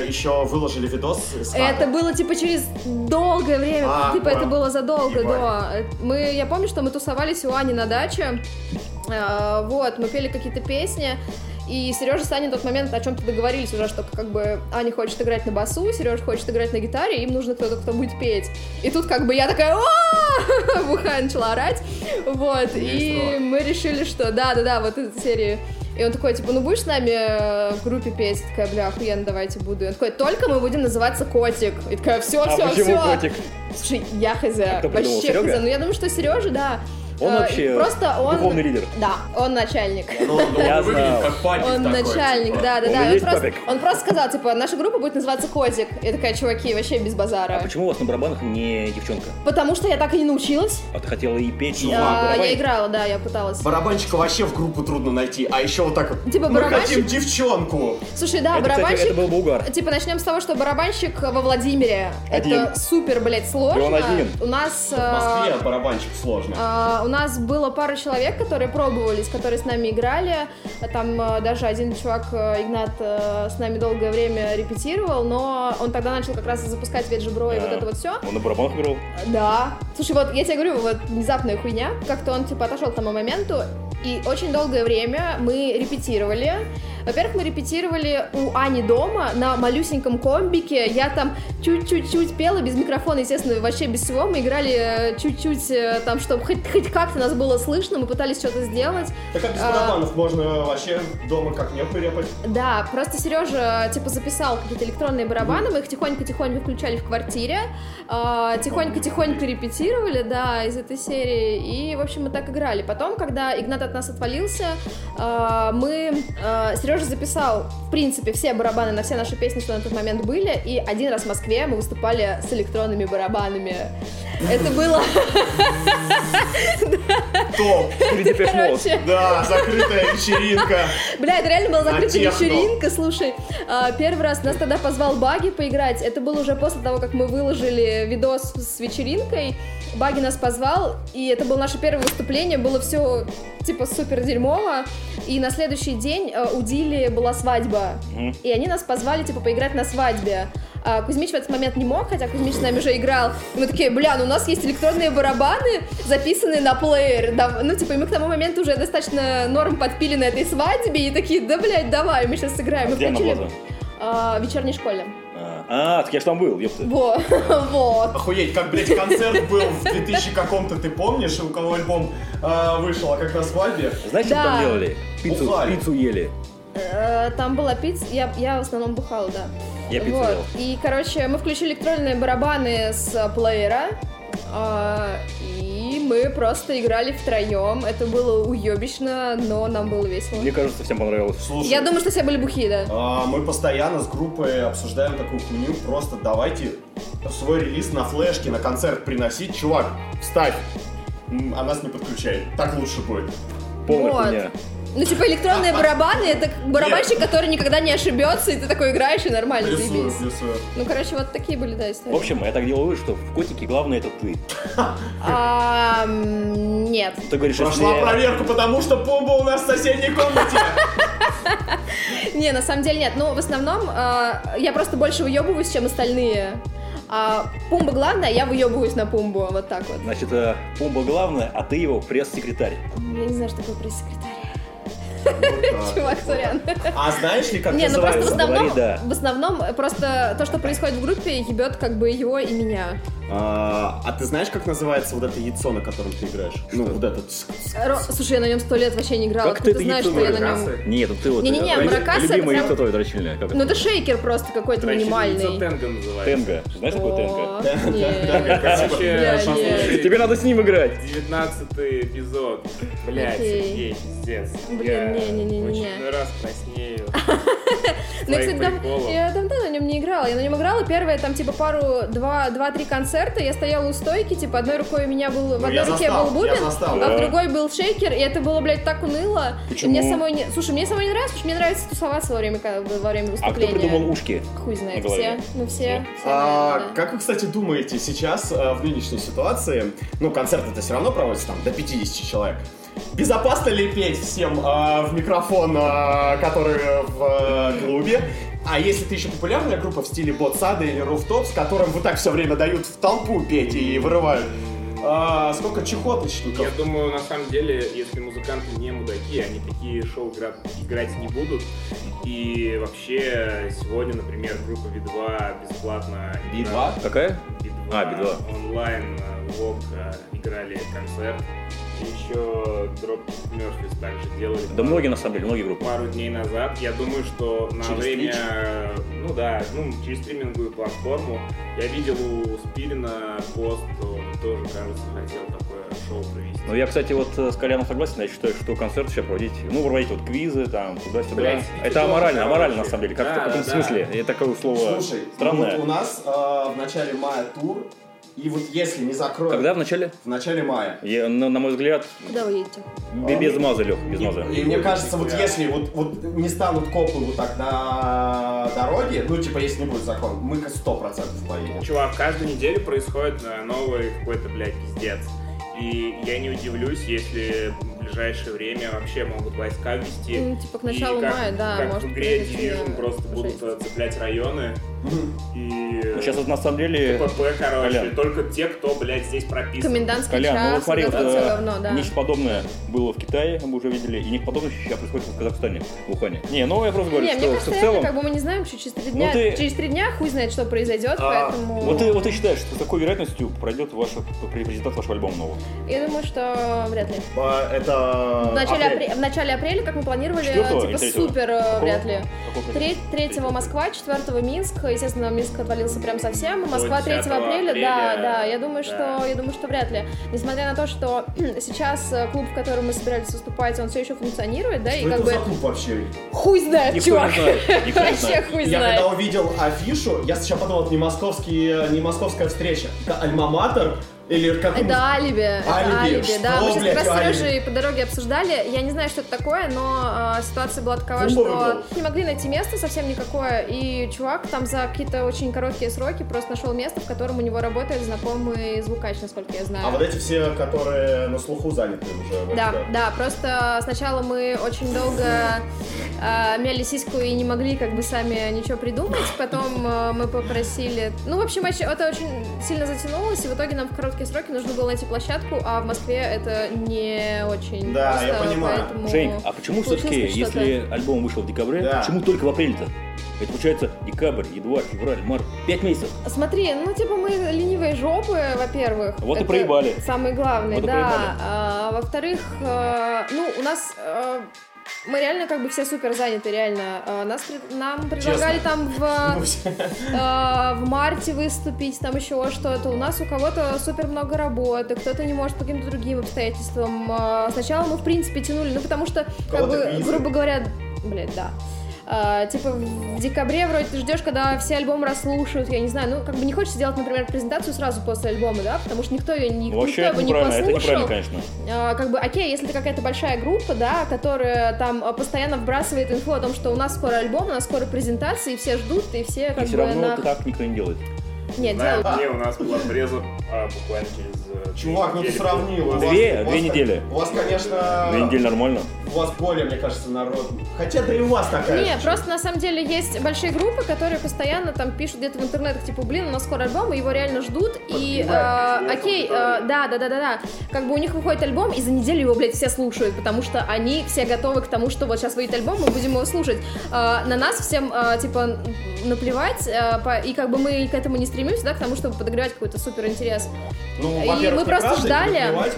еще выложили видос с
Это
хаты.
было типа через долгое время.
А,
типа,
понял.
это было задолго
Ебать.
до. э, Мы, я помню, что мы тусовались у Ани на даче. А, вот, мы пели какие-то песни. И Сережа с Аней на тот момент о чем-то договорились уже, что как бы Аня хочет играть на басу, Сережа хочет играть на гитаре, им нужно кто-то, кто будет петь. И тут как бы я такая, «О!» *laughs* бухая начала орать, вот, и
Весело.
мы решили, что да-да-да, вот эта серия. И он такой, типа, ну будешь с нами э, в группе петь? Я такая, бля, охуенно, давайте буду. И он такой, только мы будем называться Котик. И такая, все,
А
все,
почему
все.
котик?
Слушай, я хз,
кто придумал,
вообще
Серёга?
хз. Ну я думаю, что Сережа, да.
Он
Э,
вообще
Просто он...
духовный лидер.
Да, он начальник.
Ну, ну,
Я
выглядит
знал.
как папик
Он
такой,
начальник,
типа.
да, да,
Он и
да. Он
есть
просто,
папик.
он просто сказал, типа, наша группа будет называться Котик. Я такая, чуваки, вообще без
А
базара.
почему у вас на барабанах не девчонка?
Потому что я так и не научилась.
А ты хотела и петь, и
Ну,
Э,
ладно,
барабанить?
Я играла, да, я пыталась.
Барабанщика вообще в группу трудно найти, а еще вот так вот.
Типа
Мы
барабанщик-
хотим девчонку.
Слушай, да,
это, кстати,
барабанщик...
это был бы угар.
Типа, начнем с того, что барабанщик во Владимире.
Один.
Это супер, блядь, сложно.
И он один.
У нас...
В Москве
э,
барабанщик сложно.
э, у нас было пару человек, которые пробовались, которые с нами играли. А Там э, даже один чувак, э, Игнат, э, с нами долгое время репетировал, но он тогда начал как раз запускать веджебро и
Да.
вот это вот все.
Он на барабанах
*laughs*
играл.
Да. Слушай, вот я тебе говорю, вот внезапная хуйня. Как-то он типа отошел к тому моменту, и очень долгое время мы репетировали. Во-первых, мы репетировали у Ани дома на малюсеньком комбике. Я там чуть-чуть-чуть пела, без микрофона, естественно, вообще без всего. Мы играли э, чуть-чуть э, там, чтобы хоть, хоть как-то нас было слышно, мы пытались что-то сделать.
Так а без
а-
барабанов можно вообще дома как не прирепать.
Да, просто Сережа типа записал какие-то электронные барабаны, мы их тихонько-тихонько включали в квартире, а, тихонько-тихонько репетировали, да, из этой серии, и, в общем, мы так играли. Потом, когда Игнат от нас отвалился, а, мы... Сережа записал, в принципе, все барабаны на все наши песни, что на тот момент были, и один раз в Москве мы выступали с электронными барабанами. Это было,
Топ.
Или Depeche Mode.
короче,
Да, закрытая вечеринка.
Бля, это реально была закрытая
техно.
вечеринка, слушай. а, Первый раз нас тогда позвал Баги поиграть. Это было уже после того, как мы выложили видос с вечеринкой. Баги нас позвал, и это было наше первое выступление, было все типа супер дерьмово. И на следующий день э, у Дили была свадьба.
Мгм.
И они нас позвали, типа, поиграть на свадьбе. А Кузьмич в этот момент не мог, хотя Кузьмич с нами уже играл. И мы такие, бля, ну у нас есть электронные барабаны, записанные на плеер. Дав- Ну, типа, и мы к тому моменту уже достаточно норм подпили на этой свадьбе. И такие, да, блядь, давай, мы сейчас сыграем. Мы
Где она
включили,
была?
а, в вечерней школе.
А, а, так я же там был, ёпта.
Во, *laughs* вот.
Охуеть, как, блядь, концерт был в 2000 каком-то, ты помнишь, у кого альбом э, вышел, а как на свадьбе?
Знаешь, что
Да.
там делали? Пиццу,
Бухали.
пиццу ели.
Э, Там была пицца, я, я в основном бухала, да.
Я пиццу
Вот.
ел.
И, короче, мы включили электронные барабаны с э, плеера, а, и мы просто играли втроем. Это было уебищно, но нам было весело.
Мне кажется, всем понравилось.
Слушай,
Я думаю, что все были бухи, да.
а, мы постоянно с группой обсуждаем такую хуйню, просто давайте свой релиз на флешке на концерт приносить. Чувак, вставь. М, А нас не подключает. Так лучше будет.
Полная
Вот.
хуйня.
Ну, типа, электронные барабаны, это как барабанщик, который никогда не ошибется, и ты такой играешь, и нормально,
Плюсую,
заебись.
плюсую.
Ну, короче, вот такие были, да, истории.
В общем, я так делал вывод, что в котике главное это ты.
А, м, нет.
Ты говоришь, если
Прошла
я-
проверку, потому что Пумба у нас в соседней комнате.
Не, на самом деле нет. Ну, в основном э, я просто больше выебываюсь, чем остальные. А пумба главная, я выебываюсь на пумбу. Вот так вот.
Значит, э, Пумба главное, а ты его пресс-секретарь.
Я не знаю, что такое пресс-секретарь.
Вот так.
Чувак, сорян.
А знаешь ли, как
Не, ну просто в
называется?
основном,
говори, да.
в основном э, просто то, что происходит в группе, ебет как бы его и меня.
*laughs* А, а ты знаешь, как называется вот это яйцо, на котором ты играешь? Ну, вот это. тс- тс-
Ро- Слушай, я на нем сто лет вообще не играла.
Как ты
Откуда
это
знаешь, что я
яйцо
на нем?
играешь?
Нет, это ты вот...
Не-не-не,
э,
маракасы это
Любимое
прям-
яйцо твое дрочильное. Как
Ну
это?
это шейкер просто какой-то минимальный.
Тенга называется.
Тенга. Знаешь, такое тенга? *laughs*
О, нет.
Короче,
Бля,
послушай,
нет.
Тебе надо с ним играть.
19 эпизод. Блять,
Окей.
Сергей, пиздец.
Блин,
Я
не-не-не-не-не.
В очередной раз
*laughs*
краснею.
Ну, я, кстати,
Своим
дав-
приколом.
я давно на нем не играла. Я на нем играла первое, там, типа, пару, два, два-три концерта. Я стояла у стойки, типа, одной рукой у меня был... в
Ну,
одной
я
руке
застал,
был бубен,
я застал.
а в
Да.
другой был шейкер, и это было, блядь, так уныло. И
Почему?
Мне самой не... Слушай, мне самой не нравится, потому что мне нравится тусоваться во время, ка- во время
А кто
выступления.
придумал ушки?
Хуй знает,
на
все.
голове?
Ну, все. все
А,
наверное, да.
как вы, кстати, думаете, сейчас э, в нынешней ситуации, ну, концерт это все равно проводится там до 50 человек, безопасно ли петь всем э, в микрофон, э, который э, в э, клубе? А если ты еще популярная группа в стиле Ботсада или Руфтоп, с которым вы так все время дают в толпу петь и вырывают, а, сколько чехоточников?
Я думаю, на самом деле, если музыканты не мудаки, они такие шоу игра- играть не будут. И вообще, сегодня, например, группа B2 бесплатно...
Би-два?
играла-
Какая?
Би-два
А, Би-два.
Онлайн э, в ВОК э, играли концерт. И еще Дроп Мёрфис также делали.
Да многие, на самом деле, многие группы.
Пару дней назад. Я думаю, что на
Через
время...
Twitch?
э, Ну да, ну, через стриминговую платформу. Я видел у Спирина пост, он тоже, кажется, хотел такое шоу провести.
Ну, я, кстати, вот э, с Коляном согласен, я считаю, что концерт сейчас проводить, ну, проводить вот квизы, там, туда-сюда.
Блядь,
это
это
аморально,
тоже
аморально,
вообще.
на самом деле, как-то
Да,
в каком
да,
смысле. Это такое слово
Слушай, ну
странное.
вот у нас э, в начале мая тур, и вот если не закроют...
Когда в начале?
В начале мая.
Я, ну, на мой взгляд,
Куда вы едете?
бе- без маза, Лех, без маза.
А, ну, И мне кажется, вот если вот, вот не станут копы вот так на дороге, ну, типа, если не будет закон, мы к 100% поедем.
Чувак, каждую неделю происходит э, новый какой-то, блядь, пиздец. И я не удивлюсь, если в ближайшее время вообще могут войска вести.
Ну, типа, к
И
началу
как-
мая, да,
как
может
в игре
произойти,
Division
э,
просто будут
жесть.
э, цеплять районы. И
Ну, сейчас вот на самом деле...
ПП, короче,
Колян.
только те, кто, блядь, здесь прописан.
Комендантский
Колян,
час,
ну вот смотри,
вот
вот,
это всё
э,
говно, да.
нечто подобное было в Китае, мы уже видели, и нечто подобное сейчас происходит в Казахстане, в Ухане. Не, ну я просто говорю,
Не,
что
мне
что
кажется,
в
это
целом... Ну
как бы мы не знаем, что через три дня,
ты-
через три дня хуй знает, что произойдет,
А,
поэтому...
Вот ты, вот ты считаешь, что с какой вероятностью пройдет ваша презентация вашего альбома нового?
Я думаю, что вряд ли.
А, Это...
В начале,
апрель.
апре- в начале апреля, как мы планировали,
Четвёртого или
типа
третьего?
супер, э,
Какого?
вряд ли.
Какого
Тре- Третьего Москва, четвертого Минск. Естественно, Минск отвалился прям совсем. Москва 3
10
апреля, да,
апреля,
да. Я думаю,
да.
что я думаю, что вряд ли. Несмотря на то, что *clears throat* сейчас э, клуб, в котором мы собирались выступать, он все еще функционирует, да, и
Что
как
это
бы
за клуб вообще?
хуй знает,
Никто
чувак. *laughs*
не знает, никто не
Вообще *laughs*
знает.
хуй
Я когда
знает.
увидел афишу, я сначала подумал, это не, московский, не московская встреча, это альма-матер Или как он-
Это алиби. Это
Алиби.
алиби, да.
Что,
Мы сейчас как
блядь,
раз с
алиби?
Сережей по дороге обсуждали. Я не знаю, что это такое, но э, ситуация была такова,
Фумбовый
что
гол.
не могли найти место совсем никакое. И чувак там за какие-то очень короткие сроки просто нашел место, в котором у него работает знакомый звукач, насколько я знаю.
А вот эти все, которые на слуху заняты уже. вот,
Да, да, просто сначала мы очень долго э, мяли сиську и не могли как бы сами ничего придумать, потом э, мы попросили... Ну, в общем, оч- это очень сильно затянулось, и в итоге нам в короткие сроки нужно было найти площадку, а в Москве это не очень
Да,
просто,
я понимаю.
поэтому...
Женя, а почему
получилось
все-таки,
хоть что-то.
если альбом вышел в декабре,
Да.
почему только в апреле-то? Это получается декабрь, январь, февраль, март, пять месяцев.
Смотри, ну типа мы ленивые жопы, во-первых.
Вот и
Это
проебали.
Самый главный,
Вот и
да.
проебали.
А, во-вторых, э, ну у нас э, мы реально как бы все супер заняты, реально. А, нас пред- нам предлагали там в, э, в марте выступить, там еще что-то. У нас у кого-то супер много работы, кто-то не может по каким-то другим обстоятельствам. А, сначала мы в принципе тянули, ну потому что, как
Кого-то
бы,
кризы.
грубо говоря, блядь, да. А, типа в декабре вроде ты ждешь, когда все альбомы расслушают, я не знаю, ну как бы не хочется делать, например, презентацию сразу после альбома, да, потому что никто ее не,
Ну, вообще
никто
это
бы не
неправильно,
послушал.
это неправильно, конечно.
А, как бы, окей, если это какая-то большая группа, да, которая там а, постоянно вбрасывает инфу о том, что у нас скоро альбом, у нас скоро презентации, и все ждут, и все как
И все
бы
равно
на-
так никто не делает.
Нет,
Знаю,
делают.
мне у нас была преза а, буквально через... э, три
Чувак, ну ты
недели.
сравнил. у вас-
Две-
у вас
две
так-
недели.
У вас, конечно,
Две недели нормально.
у вас более, мне кажется, народ. Хотя да и у вас такая.
Не,
же.
просто на самом деле есть большие группы, которые постоянно там пишут где-то в интернетах, типа, блин, у нас скоро альбом, и его реально ждут, и э,
Подбивают интересную
окей, э,
аудиторию.
да, да, да, да, да, как бы у них выходит альбом, и за неделю его, блядь, все слушают, потому что они все готовы к тому, что вот сейчас выйдет альбом, мы будем его слушать. Э, на нас всем, э, типа, наплевать, э, по- и как бы мы к этому не стремимся, да, к тому, чтобы подогревать какой-то супер интерес.
Ну,
и
во-первых,
мы просто
неправда, и
ждали.
наплевать.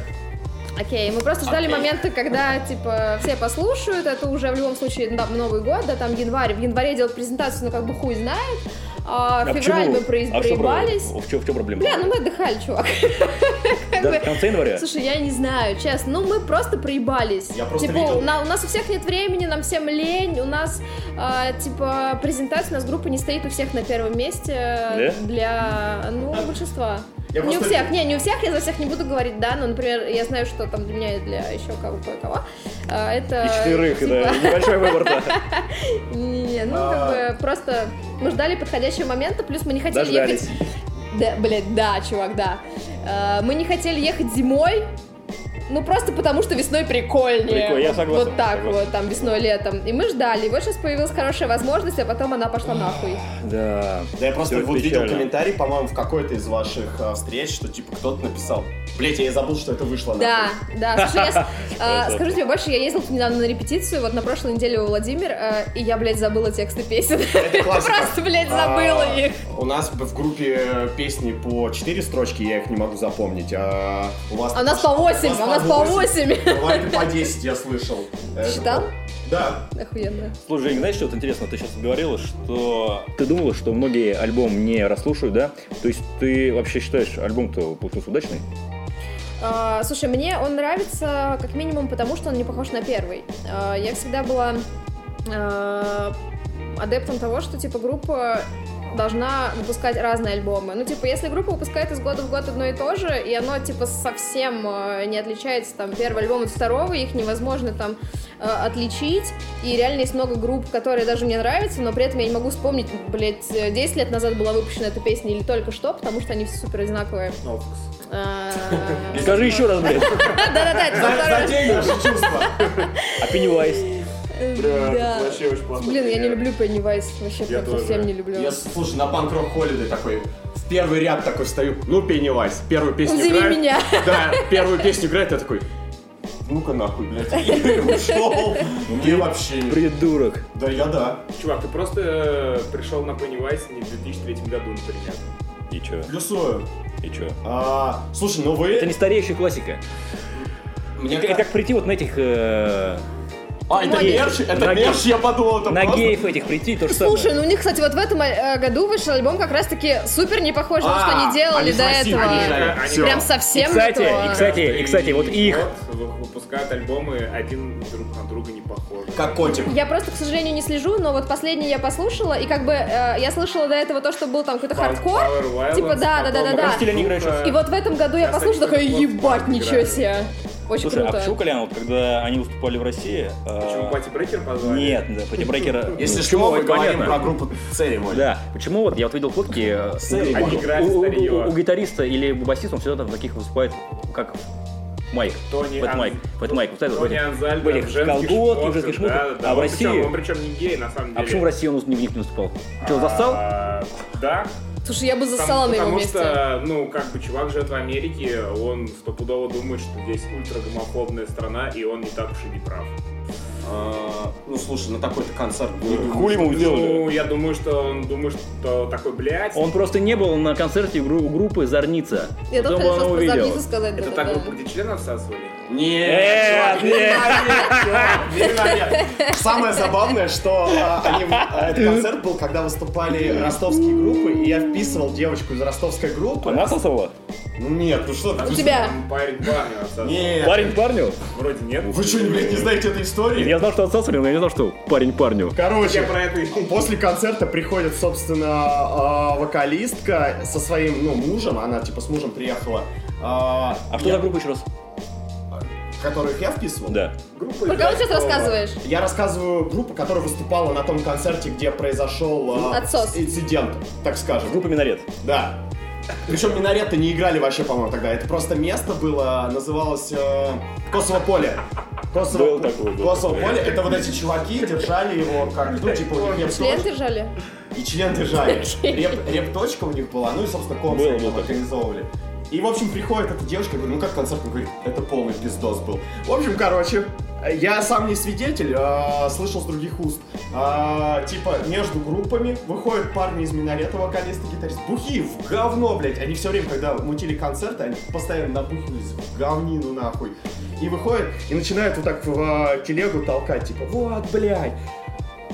Окей, мы просто ждали
Окей.
момента, когда, типа, все послушают, это уже в любом случае да, Новый год, да, там январь, в январе делать презентацию, ну, как бы хуй знает, а в
А
февраль
почему?
мы прои-
А в чем
проебались.
проблема? В чем, в чем проблема?
Бля, ну мы отдыхали, чувак. Как
Даже
бы-
в конце января?
Слушай, я не знаю, честно. Ну, мы просто проебались.
Я просто
типа,
видел-
у на- у нас у всех нет времени, нам всем лень, у нас, а, типа, презентация, у нас группа не стоит у всех на первом месте э,
Да?
для, ну, большинства.
Я
не у
просто-
всех, не, не у всех, я за всех не буду говорить, да, но, например, я знаю, что там для меня и для еще кого кого это...
И четверых,
типа,
да, небольшой выбор, да.
*laughs* Не-не-не, ну, как
А.
бы, просто мы ждали подходящего момента, плюс мы не хотели
Дождались.
ехать... Да, блядь, да, чувак, да. Э, мы не хотели ехать зимой, ну, просто потому, что весной прикольнее.
Прикольно, я
Вот-
согласен,
Вот так
согласен.
вот, там, весной, летом. И мы ждали, и вот сейчас появилась хорошая возможность, а потом она пошла нахуй.
Да.
Да я просто
Всё
вот
печально.
видел комментарий, по-моему, в какой-то из ваших а, встреч, что типа кто-то написал, блять, я и забыл, что это вышло.
Да,
нахуй».
да. Слушай, я с- э,
Это-
скажу тебе больше, я ездила тут недавно на репетицию, вот на прошлой неделе у Владимир, э, и я, блядь, забыла тексты песен. *laughs*
Это классика.
Просто, блядь, забыла
А,
их.
У нас в группе э, песни по 4 строчки, я их не могу запомнить. А у вас,
А у нас по 8, а у нас по 8.
Бывает и по 10, я слышал. Это-
Считал?
Да.
Охуенно.
Слушай, Жень, знаешь, что вот интересно, ты сейчас говорила, что ты думала, что многие альбом не расслушают, да? То есть ты вообще считаешь альбом-то получился удачный?
А, Слушай, мне он нравится как минимум потому, что он не похож на первый. А, Я всегда была а, адептом того, что типа группа должна выпускать разные альбомы. Ну, типа, если группа выпускает из года в год одно и то же, и оно, типа, совсем э, не отличается, там, первый альбом от второго, их невозможно, там, э, отличить, и реально есть много групп, которые даже мне нравятся, но при этом я не могу вспомнить, блядь, э, 10 лет назад была выпущена эта песня или только что, потому что они все супер одинаковые.
Офкс.
А,
Скажи еще раз, *laughs* блядь.
Да-да-да, это
За-
второй-
Затею же чувство.
А Пеннивайз?
Бля,
Э, Да.
это вообще очень плохой
Блин, я не
пример.
люблю Пеннивайз, вообще
Я
прям
тоже.
совсем не люблю.
Я, слушай, на панк-рок холиды такой, в первый ряд такой встаю, ну, Пеннивайз, первую песню
Назови
играет.
меня.
Да, первую песню играет, я такой, ну-ка нахуй, блядь, и ушел. Мне вообще не-
Придурок.
Да я да.
Чувак, ты просто э, пришел на Pennywise не в 2003 году, например.
И чё?
Плюсую.
И чё?
А, слушай, ну вы...
Это не стареющая классика.
Мне
Это
ка-
как прийти вот на этих э,
А, это
Многие.
мерч? Это
На гей.
мерч, я подумал, это
На
просто-
геев этих прийти, то же самое.
Слушай, ну у них, кстати, вот в этом э, году вышел альбом как раз-таки супер не похож
А,
на то, что они делали до этого.
Всё.
Прям
и,
совсем не
кстати,
то.
и, кстати, и, кстати, вот их...
вот выпускают альбомы один друг на друга не похожи.
Как котик.
Я просто, к сожалению, не слежу, но вот последний я послушала, и как бы э, я слышала до этого то, что был там какой-то хардкор. Типа, да, да, да, да, да.
стиле они играют
И вот в этом году я
Я,
послушала,
кстати,
такая,
вот
ебать,
так
ничего
играю.
себе. Очень
Слушай, а
круто.
почему, Колян, вот когда они выступали в России... э,
Почему Пати Брекер позвали?
Нет, да, Пати Брекера...
Если что,
ну, почему,
мы
это
говорим
понятно.
про группу Церемонь.
Да, почему вот я вот видел фотки э,
Сцены,
у- у-
они
играют
у, у-
старье.
у- у гитариста или у басиста, он всегда там в таких выступает, как Майк,
Тони
Фэт
Ан-
Майк, Фэт Майк, вот это вот
Тони
эти.
Анзальдо
были
в женских
колготки, в
шмотках,
женских шмотках.
да, да, да. Ну,
А в
Он
России-
причем- Он причем не гей, на самом деле.
А почему в России он в них не выступал? Че, застал?
А, Да,
Слушай, я бы
Потому-
засала на его
потому
месте.
что, ну, как бы чувак живет в Америке, он стопудово думает, что здесь ультрагомофобная страна, и он не так уж и не прав.
А, Ну, слушай, на такой-то концерт
Хули ему
Ну, я думаю, что он думает, что такой, блядь,
Он просто не был на концерте гру- у группы Зорница.
Я
Потом
только
бы он его
хотела сейчас про
увидел.
Зорницу сказать.
это
да-да-да.
та группа, где члены отсасывали?
Нет, чувак,
нет.
чувак, невероятно. Самое забавное, что а, они в- а,
Э.
этот концерт был, когда выступали ростовские группы, и я вписывал девочку из ростовской группы.
Она сосала?
Ну нет, ну что
Там
ты?
А У тебя.
там Парень парня отсасывал.
Нет.
Парень парню?
Вроде нет.
Вы что, блядь, не знаете этой истории?
Я знал, что отсасывали, но я не знал, что парень парню.
Короче,
Я про это и-
После концерта приходит, собственно, э, вокалистка со своим, ну, мужем, она типа с мужем приехала, э,
А что за группа еще раз?
которых я вписывал.
Да.
Группа
Про кого ты сейчас
играет соло.
рассказываешь?
Я рассказываю группу, которая выступала на том концерте, где произошел э,
Отсос.
инцидент, так скажем.
Группа Минарет.
Да. Причем минареты не играли вообще, по-моему, тогда. Это просто место было, называлось э, Косово поле. Косово,
Был такой, был
Косово поле. Это вот эти чуваки держали его как, ну, типа, у них нет
Член держали?
и член держали. Реп, репточка у них была, ну и, собственно, концерт
Было, было
там
такое.
организовывали. И, в общем, приходит эта девушка, я говорю, ну как концерт? Он говорит, это полный пиздос был. В общем, короче, я сам не свидетель, а, слышал с других уст. А, типа, между группами выходят парни из минарета, вокалисты, гитарист. Бухи в говно, блядь. Они все время, когда мутили концерты, они постоянно набухивались в говнину, нахуй. И выходят, и начинают вот так в а, телегу толкать, типа, вот, блядь,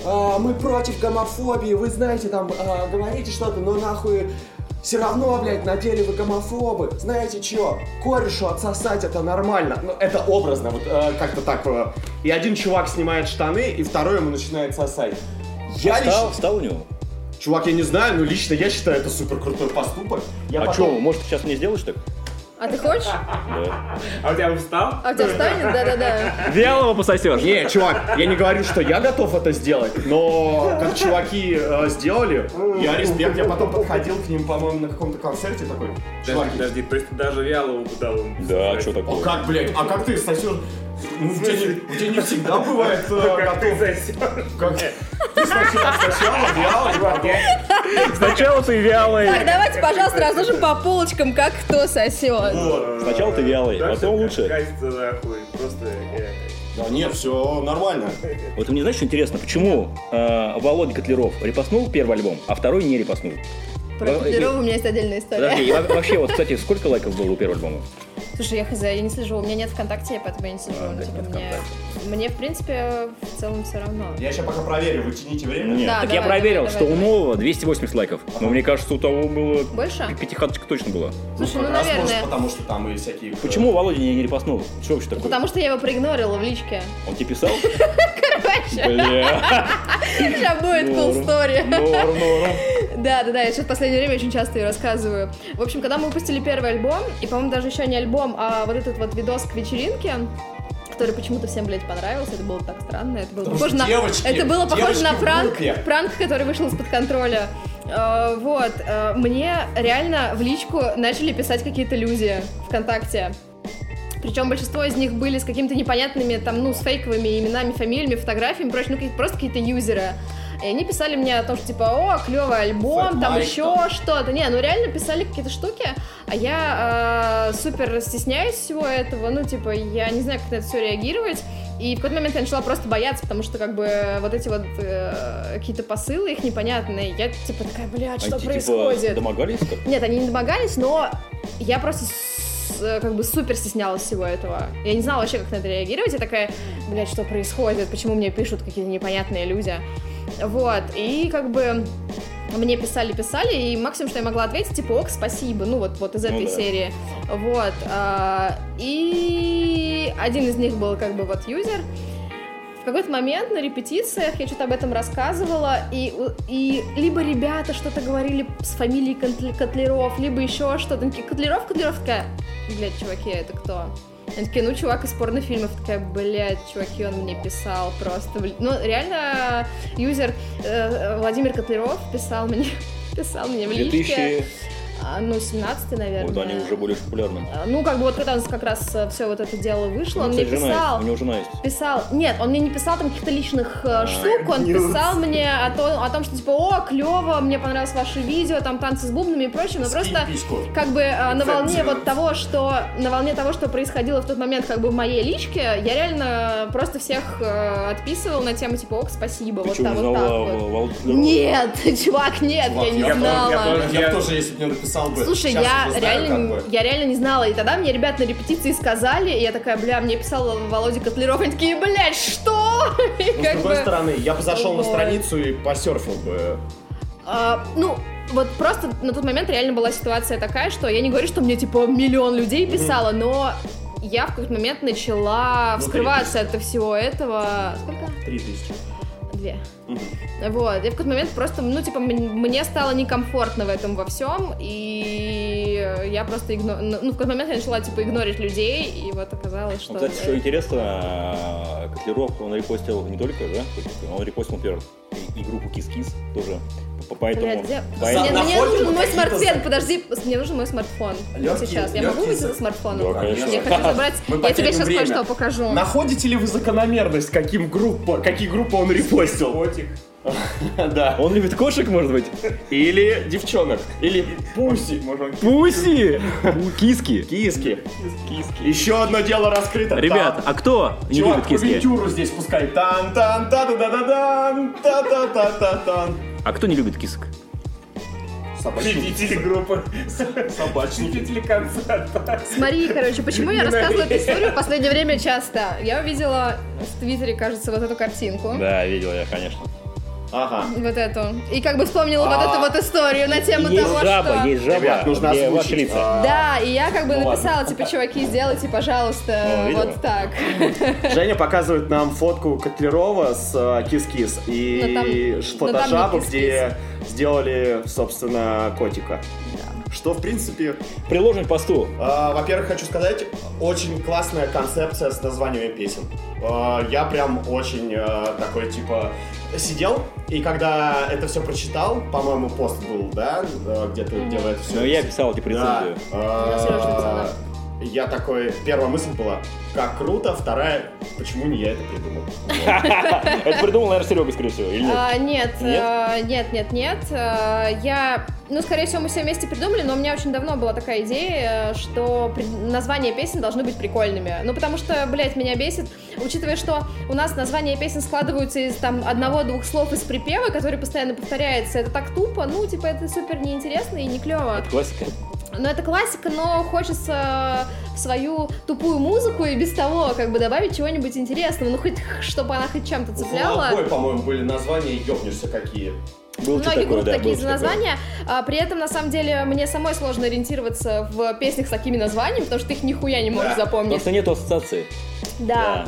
а, мы против гомофобии, вы знаете, там, а, говорите что-то, но нахуй все равно, блядь, на деле вы гомофобы. Знаете чё, корешу отсосать это нормально. Ну, это образно, вот э, как-то так. э. И один чувак снимает штаны, и второй ему начинает сосать. Я
Встал,
лично...
встал у него.
Чувак, я не знаю, но лично я считаю это супер крутой поступок. Я
А
потом-
что, может, ты сейчас мне сделаешь так?
А ты хочешь?
Да.
А у тебя бы встал?
А у тебя встанет? Да-да-да.
Вялого пососешь.
Не, чувак, я не говорю, что я готов это сделать, но как чуваки э, сделали, я респект, я потом подходил к ним, по-моему, на каком-то концерте такой.
Подожди,
Чуваки,
подожди, то есть ты даже вялого бы дал ему
Да,
сосать?
что
а
такое?
как, блядь, а как ты сосешь? Ну, у, тебя не, у тебя не всегда бывает э,
Как ты
готов.
сосёшь?
Как? Ты сначала, сначала вялый, потом-
Сначала ты вялый.
Так, давайте, пожалуйста, разложим по полочкам, как кто сосет.
Вот.
Сначала ты вялый,
Да,
потом
всё,
лучше.
Катится нахуй, просто... э,
Да нет, все нормально.
Вот мне знаешь, что интересно, почему э, Володя Котлеров репостнул первый альбом, а второй не репостнул?
Про Петлерова у меня есть отдельная
Подожди,
история.
и во- вообще, вот, кстати, сколько лайков было у первого альбома?
Слушай, я хз, я не слежу, у меня нет ВКонтакте, поэтому я не слежу.
А,
Ну,
так
типа,
нет
мне-
ВКонтакте.
Мне, в принципе, в целом все равно.
Я сейчас пока проверю, вы тяните время.
Нет,
Да,
так
давай,
я проверил,
давай,
что
давай.
у нового 280 лайков. Но мне кажется, у того было...
Больше?
Пятихаточка точно было.
Слушай, ну,
как раз, может,
наверное.
потому что там и всякие... э,
Почему Володя не, не репостнул? Что вообще такое?
Потому что я его проигнорила в личке.
Он тебе писал?
Короче,
Бля,
сейчас будет cool
Норм.
story.
норм, норм.
*laughs* Да, да, да, я сейчас в последнее время очень часто ее рассказываю. В общем, когда мы выпустили первый альбом, и, по-моему, даже еще не альбом, а вот этот вот видос к вечеринке, который почему-то всем, блядь, понравился, это было так странно, это было
Потому
похоже
что
на...
девочки-
это было похоже
девочки
на
в
пранк,
группе.
пранк, который вышел из-под контроля. Э, Вот, э, мне реально в личку начали писать какие-то люди ВКонтакте. Причем большинство из них были с какими-то непонятными, там, ну, с фейковыми именами, фамилиями, фотографиями, прочим, ну, какие- просто какие-то юзеры. И они писали мне о том, что типа, о, клевый альбом,
Фэт
там
Майк
еще
там.
что-то. Не, ну реально писали какие-то штуки, а я э, супер стесняюсь всего этого, ну, типа, я не знаю, как на это все реагировать. И в какой-то момент я начала просто бояться, потому что, как бы, вот эти вот э, какие-то посылы, их непонятные. Я, типа, такая, блядь, что
Они, типа,
происходит?
домогались как?
Нет, они не домогались, но я просто с- э, как бы супер стеснялась всего этого. Я не знала вообще, как на это реагировать. Я такая, блядь, что происходит? Почему мне пишут какие-то непонятные люди? Вот, и как бы мне писали, писали, и максимум, что я могла ответить, типа, ок, спасибо, ну вот, вот из
Ну
этой
да.
серии. Вот, а, и один из них был как бы вот юзер. В какой-то момент на репетициях я что-то об этом рассказывала, и, у- и либо ребята что-то говорили с фамилией Контл- Котлеров, либо еще что-то. Они такие, Котлеров, Котлеров, такая, блядь, чуваки, это кто? Они такие, ну, чувак из порнофильмов. Такая, блядь, чуваки, он мне писал просто. бл- Ну, реально, юзер э, Владимир Котлеров писал мне, *laughs* писал мне в личке.
2000...
А, ну, 17 наверное.
Вот они уже более популярны.
А, Ну, как бы вот когда у нас как раз все вот это дело вышло,
Ну,
он мне
кстати, жена
писал.
есть, У него жена есть.
Писал, нет, он мне не писал там каких-то личных э,
А,
штук, он
нюансы.
писал мне о, то- о том, что типа, о, клево, мне понравилось ваше видео, там танцы с бубнами и прочее, но
Скинь
просто
письку.
как бы э, на
Рецепт
волне
делать.
вот того, что на волне того, что происходило в тот момент, как бы в моей личке, я реально просто всех э, отписывала на тему типа, ок, спасибо,
Ты
вот
чего
так
не
вот так
знала
вот.
Вал- Валдырова?
Нет, *laughs* чувак, нет, я не
тоже-
знала.
Я,
Я-
тоже, если бы мне написал бы.
Слушай,
«Щас
я
уже знаю,
реально,
как бы».
я реально не знала. И тогда мне ребята на репетиции сказали, и я такая, бля, мне писал Володя Котлеров, они такие, блядь, что? *laughs* И
Ну, с
как
другой
бы,
стороны, я бы зашел на
Вот.
страницу и посерфил бы.
а, ну, вот просто на тот момент реально была ситуация такая, что я не говорю, что мне типа миллион людей писало, но я в какой-то момент начала
Внутри
вскрываться от всего этого. Сколько?
Три
Ну,
тысячи.
Две.
Мгм.
Вот, и в какой-то момент просто, ну, типа, м- мне стало некомфортно в этом во всем, и я просто, игно... ну, в какой-то момент я начала, типа, игнорить людей, и вот оказалось, что...
Ну, Кстати, что интересно, Котлеров, он репостил не только, да? Он репостил, например, и, и группу Кис-Кис тоже. П-
Бля,
Поэтому...
где-
За-
Мне,
поэтому...
на
мне
фоне
нужен
вот
мой
какие-то
смартфон,
за-
подожди, мне нужен мой смартфон.
Легкие-
сейчас. Я
легкие
могу выйти
за-
за смартфон?
Да, конечно.
Я хочу забрать,
Мы
я тебе
потеряем
сейчас
время.
кое-что покажу.
Находите ли вы закономерность, каким группа, какие группы он репостил?
Котик.
*laughs* Да.
Он любит кошек, может быть?
Или девчонок. Или пуси.
Может, он
Пуси! Киски!
Киски.
киски.
Еще одно дело раскрыто.
Ребят,
Там.
а кто не любит
Чувак,
киски?
кубитюру здесь пускай. тан тан та да да да та та та та тан
А кто не любит кисок?
Победители группы.
Собачники.
Победители концерта.
Смотри, короче, почему
*laughs*
я
Не
рассказываю эту
надо.
историю в последнее время часто? Я увидела в Твиттере, кажется, вот эту картинку.
Да, видел я, конечно.
Ага.
Вот эту. И как бы вспомнила вот
А.
эту вот историю на тему того, что...
есть
Ребят, нужно
где
озвучить.
ваши лица?
А,
Да, и я как бы
Ну
написала, типа, чуваки, сделайте, пожалуйста,
Ну, видела?
вот так.
А, Женя показывает нам фотку Котлерова с э, кис-кис
Но там-
и ш-
но там не
фотошапа,
кис-кис.
где сделали, собственно, котика. Что, в принципе,
Приложим к посту.
А, Во-первых, хочу сказать, очень классная концепция с названиями песен. А, Я прям очень а, такой, типа, сидел, и когда это все прочитал, по-моему, пост был, да, а, где ты где вы это все...
Но я писал типа рецензию.
Я Сережа написала.
Я такой, первая мысль была, как круто, вторая, почему не я это придумал?
*laughs* Это придумал, наверное, Серега, скорее всего, или нет?
А, Нет,
Нет?
а, нет, нет, нет. А, Я, ну, скорее всего, мы все вместе придумали, но у меня очень давно была такая идея, э, что при- названия песен должны быть прикольными. Ну, потому что, блядь, меня бесит, учитывая, что у нас названия песен складываются из там одного-двух слов из припева, который постоянно повторяется. Это так тупо, ну, типа, это супер неинтересно и не клево.
Это классика.
Но Ну, это классика, но хочется э, в свою тупую музыку и без того как бы добавить чего-нибудь интересного, ну хоть *laughs* х- чтобы она хоть чем-то цепляла.
Флабой, по-моему, были названия, ёбнешься какие.
Было
Многие
такое,
группы
да,
такие
было
за
такое.
названия, а, при этом, на самом деле, мне самой сложно ориентироваться в песнях с такими названиями, потому что ты их нихуя не можешь
Да.
Потому
запомнить.
что нету ассоциации.
Да,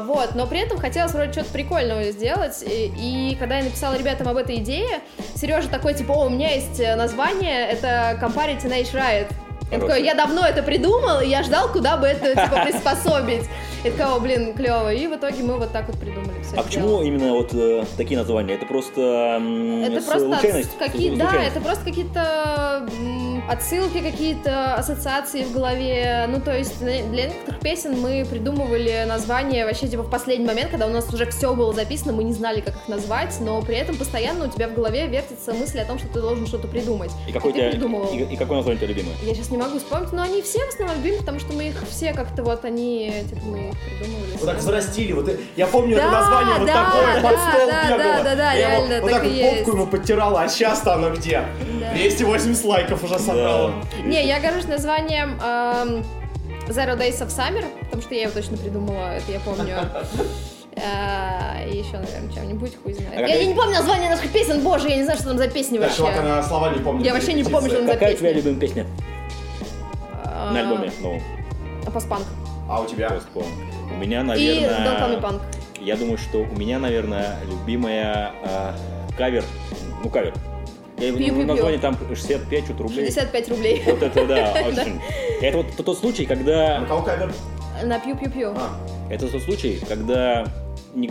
э, вот, но при этом хотелось вроде что-то прикольного сделать, и, и когда я написала ребятам об этой идее, Сережа такой, типа, о, у меня есть э, название, это Compare Teenage Riot. Я такой,
Хорошее.
я давно это придумал, и я ждал, куда бы это,
*laughs*
типа, приспособить. И такой, «О, блин, клево. И в итоге мы вот так вот придумали все
А почему именно вот э, такие названия? Это просто м,
это
с-
просто
случайность.
отс- какие,
С-
да,
случайность.
это просто какие-то м, отсылки, какие-то ассоциации в голове. Ну, то есть для для некоторых песен мы придумывали название вообще типа в последний момент, когда у нас уже все было записано, мы не знали, как их назвать, но при этом постоянно у тебя в голове вертится мысль о том, что ты должен что-то придумать.
И какой,
И ты
тебя-
придумывал.
и- и какое название у тебя любимое?
Я сейчас не могу вспомнить, но они все в основном любимы, потому что мы их все как-то вот они, типа, мы их придумывали.
Вот так
сами.
взрастили, вот э- я помню это
Да,
название вот
да,
такое под
да,
стол
да,
бегало.
да, да, да,
Я его
реально,
вот
так
так
и
вот
есть.
попку ему подтирала, а сейчас оно где?
Да.
280 лайков уже собрало.
Не, я горжусь названием эм, Zero Days of Summer, потому что я его точно придумала, это я
*laughs*
помню. А, И еще, наверное, чем-нибудь хуй
А
знает.
какая-
Я я не помню название наших песен, боже, я не знаю, что там за песни
Да, чувак,
вообще.
она слова не помнит.
Я вообще не помню, что она-
Какая у
песня.
тебя любимая песня
А,
на альбоме новом?
Э, Постпанк.
А у тебя?
Постпанк. У меня,
И Don't Call Me
наверное...
Punk.
Я думаю, что у меня, наверное, любимая а, кавер. Ну, кавер. Я не
Пью-пью-пью.
помню название, там 65 что-то рублей.
65 рублей. *laughs*
Вот это, да, очень. Это вот тот случай, когда
На кого кавер?
На пью-пью-пью.
А,
Это тот случай, когда не-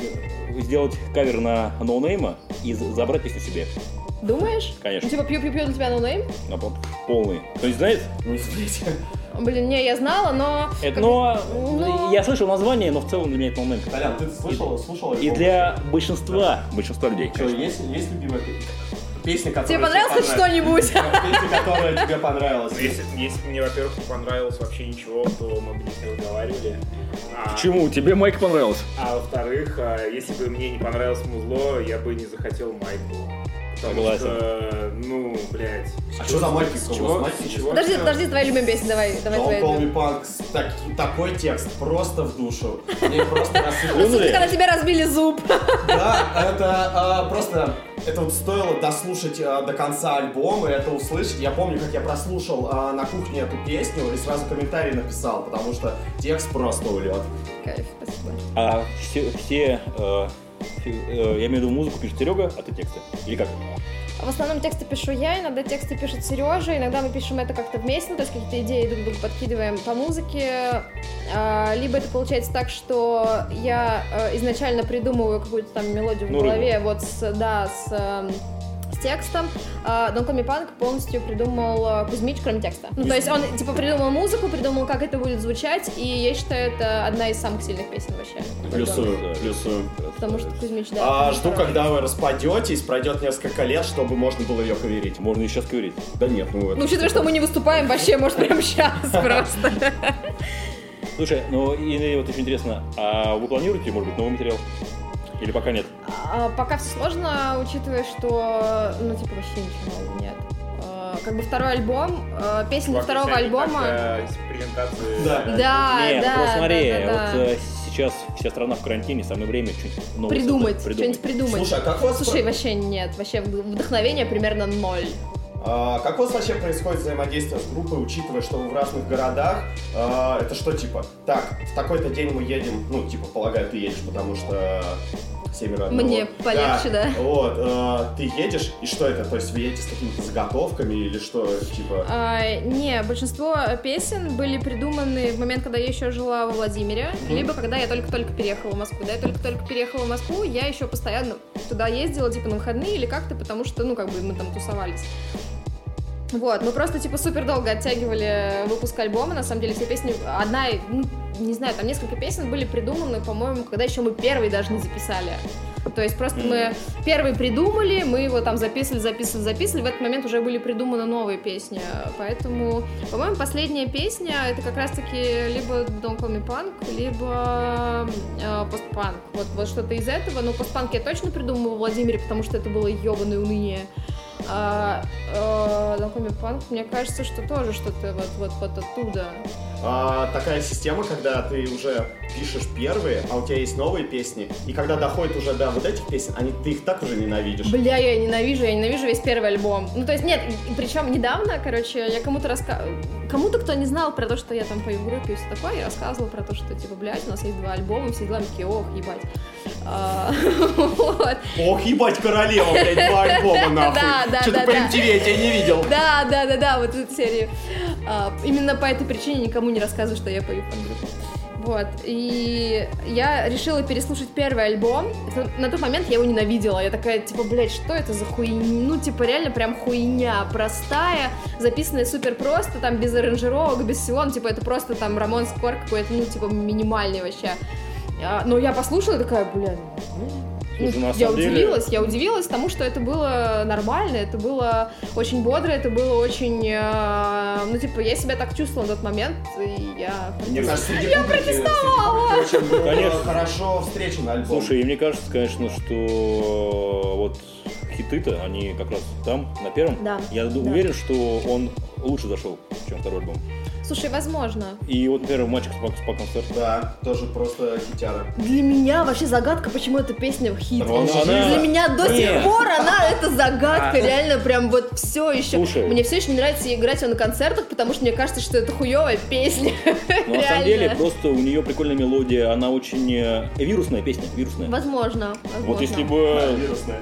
сделать кавер на ноунейма и за- забрать песню себе.
Думаешь?
Конечно.
Ну, Типа пью-пью-пью для тебя ноунейм?
На пол- полный. Кто-нибудь знает?
не смотрите.
Блин, не, я знала, но...
Это,
как-
но,
Ну.
я слышал название, но в целом для меня это ноунейм.
Толян, ты слышал, слушал?
И для большинства, большинства людей,
Что,
конечно.
есть, есть любимая песня? Песня, которая
Тебе понравилось хоть что-нибудь?
Песня, которая тебе понравилась.
Ну, если, если мне, во-первых, не понравилось вообще ничего, то мы бы здесь не разговаривали. А,
Почему? Тебе Майк понравился?
А во-вторых, а, если бы мне не понравилось музло, я бы не захотел майку. Потому
Согласен.
что, ну, блядь.
А что за майки?
С
у
чего-
вас? Майки?
с чего
Подожди,
всё?
подожди, твоя любимая песня, давай, давай твоя
Don't Call
любимая.
Me Punk, с так- такой текст, просто в душу. Мне
*laughs*
просто рассыпалось.
Плюнули?
Ну, Когда тебе разбили зуб. *laughs*
Да, это а, просто... Это вот стоило дослушать а, до конца альбом и это услышать. Я помню, как я прослушал а, на кухне эту песню и сразу комментарий написал, потому что текст просто улет.
Кайф, спасибо.
А все, все, э, фи- э, я имею в виду музыку пишет Серега, а ты тексты. Или как?
А В основном тексты пишу я, иногда тексты пишет Сережа, иногда мы пишем это как-то вместе, ну, то есть какие-то идеи друг другу подкидываем по музыке. А, Либо это получается так, что я э, изначально придумываю какую-то там мелодию в
Ну,
голове, вот с, да, с, эм, с текстом. А Don't Call Me Punk полностью придумал э, Кузьмич, кроме текста. Ну, то есть он, типа, придумал музыку, придумал, как это будет звучать, и я считаю, это одна из самых сильных песен вообще.
Плюсую,
плюсую.
Потому что Кузьмич, да.
А, жду, когда вы распадетесь, пройдет несколько лет, чтобы можно было ее поверить.
Можно еще говорить.
Да нет, ну это...
Ну, учитывая, что мы не выступаем вообще, может, прямо сейчас просто.
Слушай, ну и вот очень интересно, а вы планируете, может быть, новый материал? Или пока нет?
А, Пока все сложно, учитывая, что, ну, типа, вообще ничего нового нет. А, Как бы второй альбом, а, песни для
Вообще
второго
всякие
альбома.
как-то экспериментации.
Да.
Да, А, да,
э, нет, ну, смотри,
да, да, да.
вот э, сейчас вся страна в карантине, самое время что-нибудь новое
Придумать,
создать,
что-нибудь придумать.
Слушай, а как у вас...
Слушай, вообще нет, вообще вдохновение примерно ноль.
А, Как у вас вообще происходит взаимодействие с группой, учитывая, что вы в разных городах? А, Это что типа? Так, в такой-то день мы едем, ну, типа, полагаю, ты едешь, потому что семеро одного.
Мне полегче, да.
Вот, а, ты едешь, и что это? То есть вы едете с какими-то заготовками или что, типа?
А, не, большинство песен были придуманы в момент, когда я еще жила во Владимире,
Мгм.
либо когда я только-только переехала в Москву. Когда я только-только переехала в Москву, я еще постоянно туда ездила, типа, на выходные или как-то, потому что, ну, как бы мы там тусовались. Вот, мы просто, типа, супер долго оттягивали выпуск альбома, на самом деле, все песни, одна, и- ну, не знаю, там несколько песен были придуманы, по-моему, когда еще мы первый даже не записали. То есть просто мы первый придумали, мы его там записывали, записывали, записывали. В этот момент уже были придуманы новые песни. Поэтому, по-моему, последняя песня это как раз-таки либо Don't Call Me Punk, либо э, постпанк. Вот, вот что-то из этого. Но постпанк я точно придумывала в Владимире, потому что это было ебаное уныние. А, э, Don't Call Me Punk, мне кажется, что тоже что-то вот, вот, вот оттуда.
А, такая система, когда ты уже пишешь первые, а у тебя есть новые песни, и когда доходит уже до вот этих песен, они, ты их так уже ненавидишь.
Бля, я ненавижу, я ненавижу весь первый альбом. Ну, то есть, нет, причем недавно, короче, я кому-то рассказывала, кому-то, кто не знал про то, что я там пою в группе и все такое, я рассказывала про то, что, типа, блядь, у нас есть два альбома, все дела, такие, ох, ебать. А, *laughs* Вот.
Ох, ебать, королева, блядь, два альбома, нахуй.
*laughs* Да, да,
Что-то
да,
по
да.
MTV я тебя не видел.
Да, да, да, да, вот эту серию. А, именно по этой причине никому не рассказываю, что я пою в панк-группе. Вот, и я решила переслушать первый альбом. Это- На тот момент я его ненавидела. Я такая, типа, блядь, что это за хуйня? Ну, типа, реально прям хуйня простая, записанная супер просто, там, без аранжировок, без всего. Ну, типа, это просто там Рамон Скор какой-то, ну, типа, минимальный вообще. А, Но я послушала и такая, блядь, ну,
Слушай, на
я
самом деле-
удивилась, я удивилась тому, что это было нормально, это было очень бодро, это было очень, э, ну типа я себя так чувствовала на тот момент, и я.
Мне кажется, среди я протестовала! Очень был, *laughs*
Конечно.
э, хорошо встречен альбом.
Слушай, и мне кажется, конечно, что вот хиты-то, они как раз там, на первом.
Да,
Я ду-
да.
уверен, что он лучше зашел, чем второй альбом.
Слушай, возможно.
И вот, например, мальчик с пак- с паком сердца.
Да, тоже просто хитяра.
Для меня вообще загадка, почему эта песня в хит.
Она-
Для меня до сих
Нет.
пор она это загадка,
А.
реально прям вот все еще.
Слушай.
Мне все еще не нравится играть ее на концертах, потому что мне кажется, что это хуевая песня.
Но Ну, а на самом
Реально.
деле, просто у нее прикольная мелодия, она очень э, вирусная песня, вирусная.
Возможно. возможно.
Вот если бы...
Вирусная.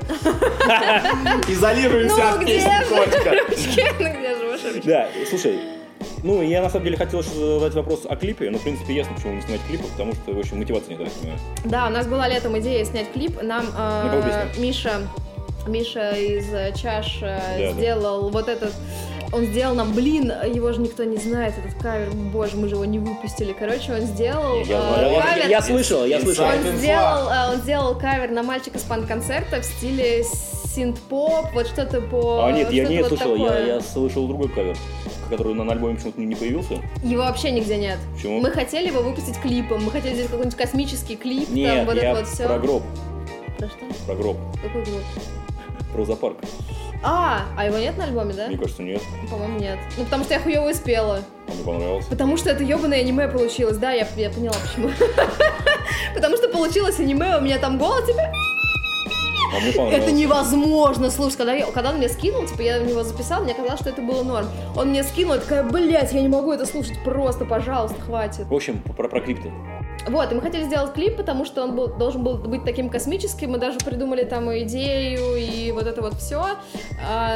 Изолируемся
Ну,
от
где
песни
же?
котика.
Ну где же ваша ручка?
Да, слушай, ну, я на самом деле хотел еще задать вопрос о клипе, но, в принципе, ясно, почему не снимать клипы, потому что, в общем, мотивации нет, я так понимаю.
Да, у нас была летом идея снять клип. Нам э,
На кого песня?
Миша, Миша из э, чаш э,
Да, да.
сделал вот этот. Он сделал нам, блин, его же никто не знает, этот кавер, боже, мы же его не выпустили. Короче, он сделал
Я-
э,
я- я-
кавер.
Я слышал, я слышал.
Inside.
Он
Инфа.
сделал, э, он сделал кавер на мальчика с панк-концерта в стиле синт-поп, вот что-то по...
А нет, я
что-то
не
вот
слышал, я,
такое.
я слышал другой кавер, который на альбоме почему-то не появился.
Его вообще нигде нет.
Почему?
Мы хотели его выпустить клипом, мы хотели сделать какой-нибудь космический клип, там
Нет,
вот
я
это вот все.
про гроб,
Про что?
про гроб,
Какой гроб?
про зоопарк.
А, а его нет на альбоме, да?
Мне кажется, нет,
По-моему, нет. Ну, потому что я хуёво спела.
он мне А понравился.
Потому что это ёбаное аниме получилось, да, я, я поняла, почему. *laughs* Потому что получилось аниме, у меня там голос, типа,
А мне понравился.
*laughs* это невозможно, слушай, когда, я- когда он мне скинул, типа, я в него записала, мне казалось, что это было норм. Он мне скинул, я такая, блядь, я не могу это слушать, просто, пожалуйста, хватит.
В общем, про, про клип-то.
Вот, и мы хотели сделать клип, потому что он был, должен был быть таким космическим, мы даже придумали там и идею и вот это вот все,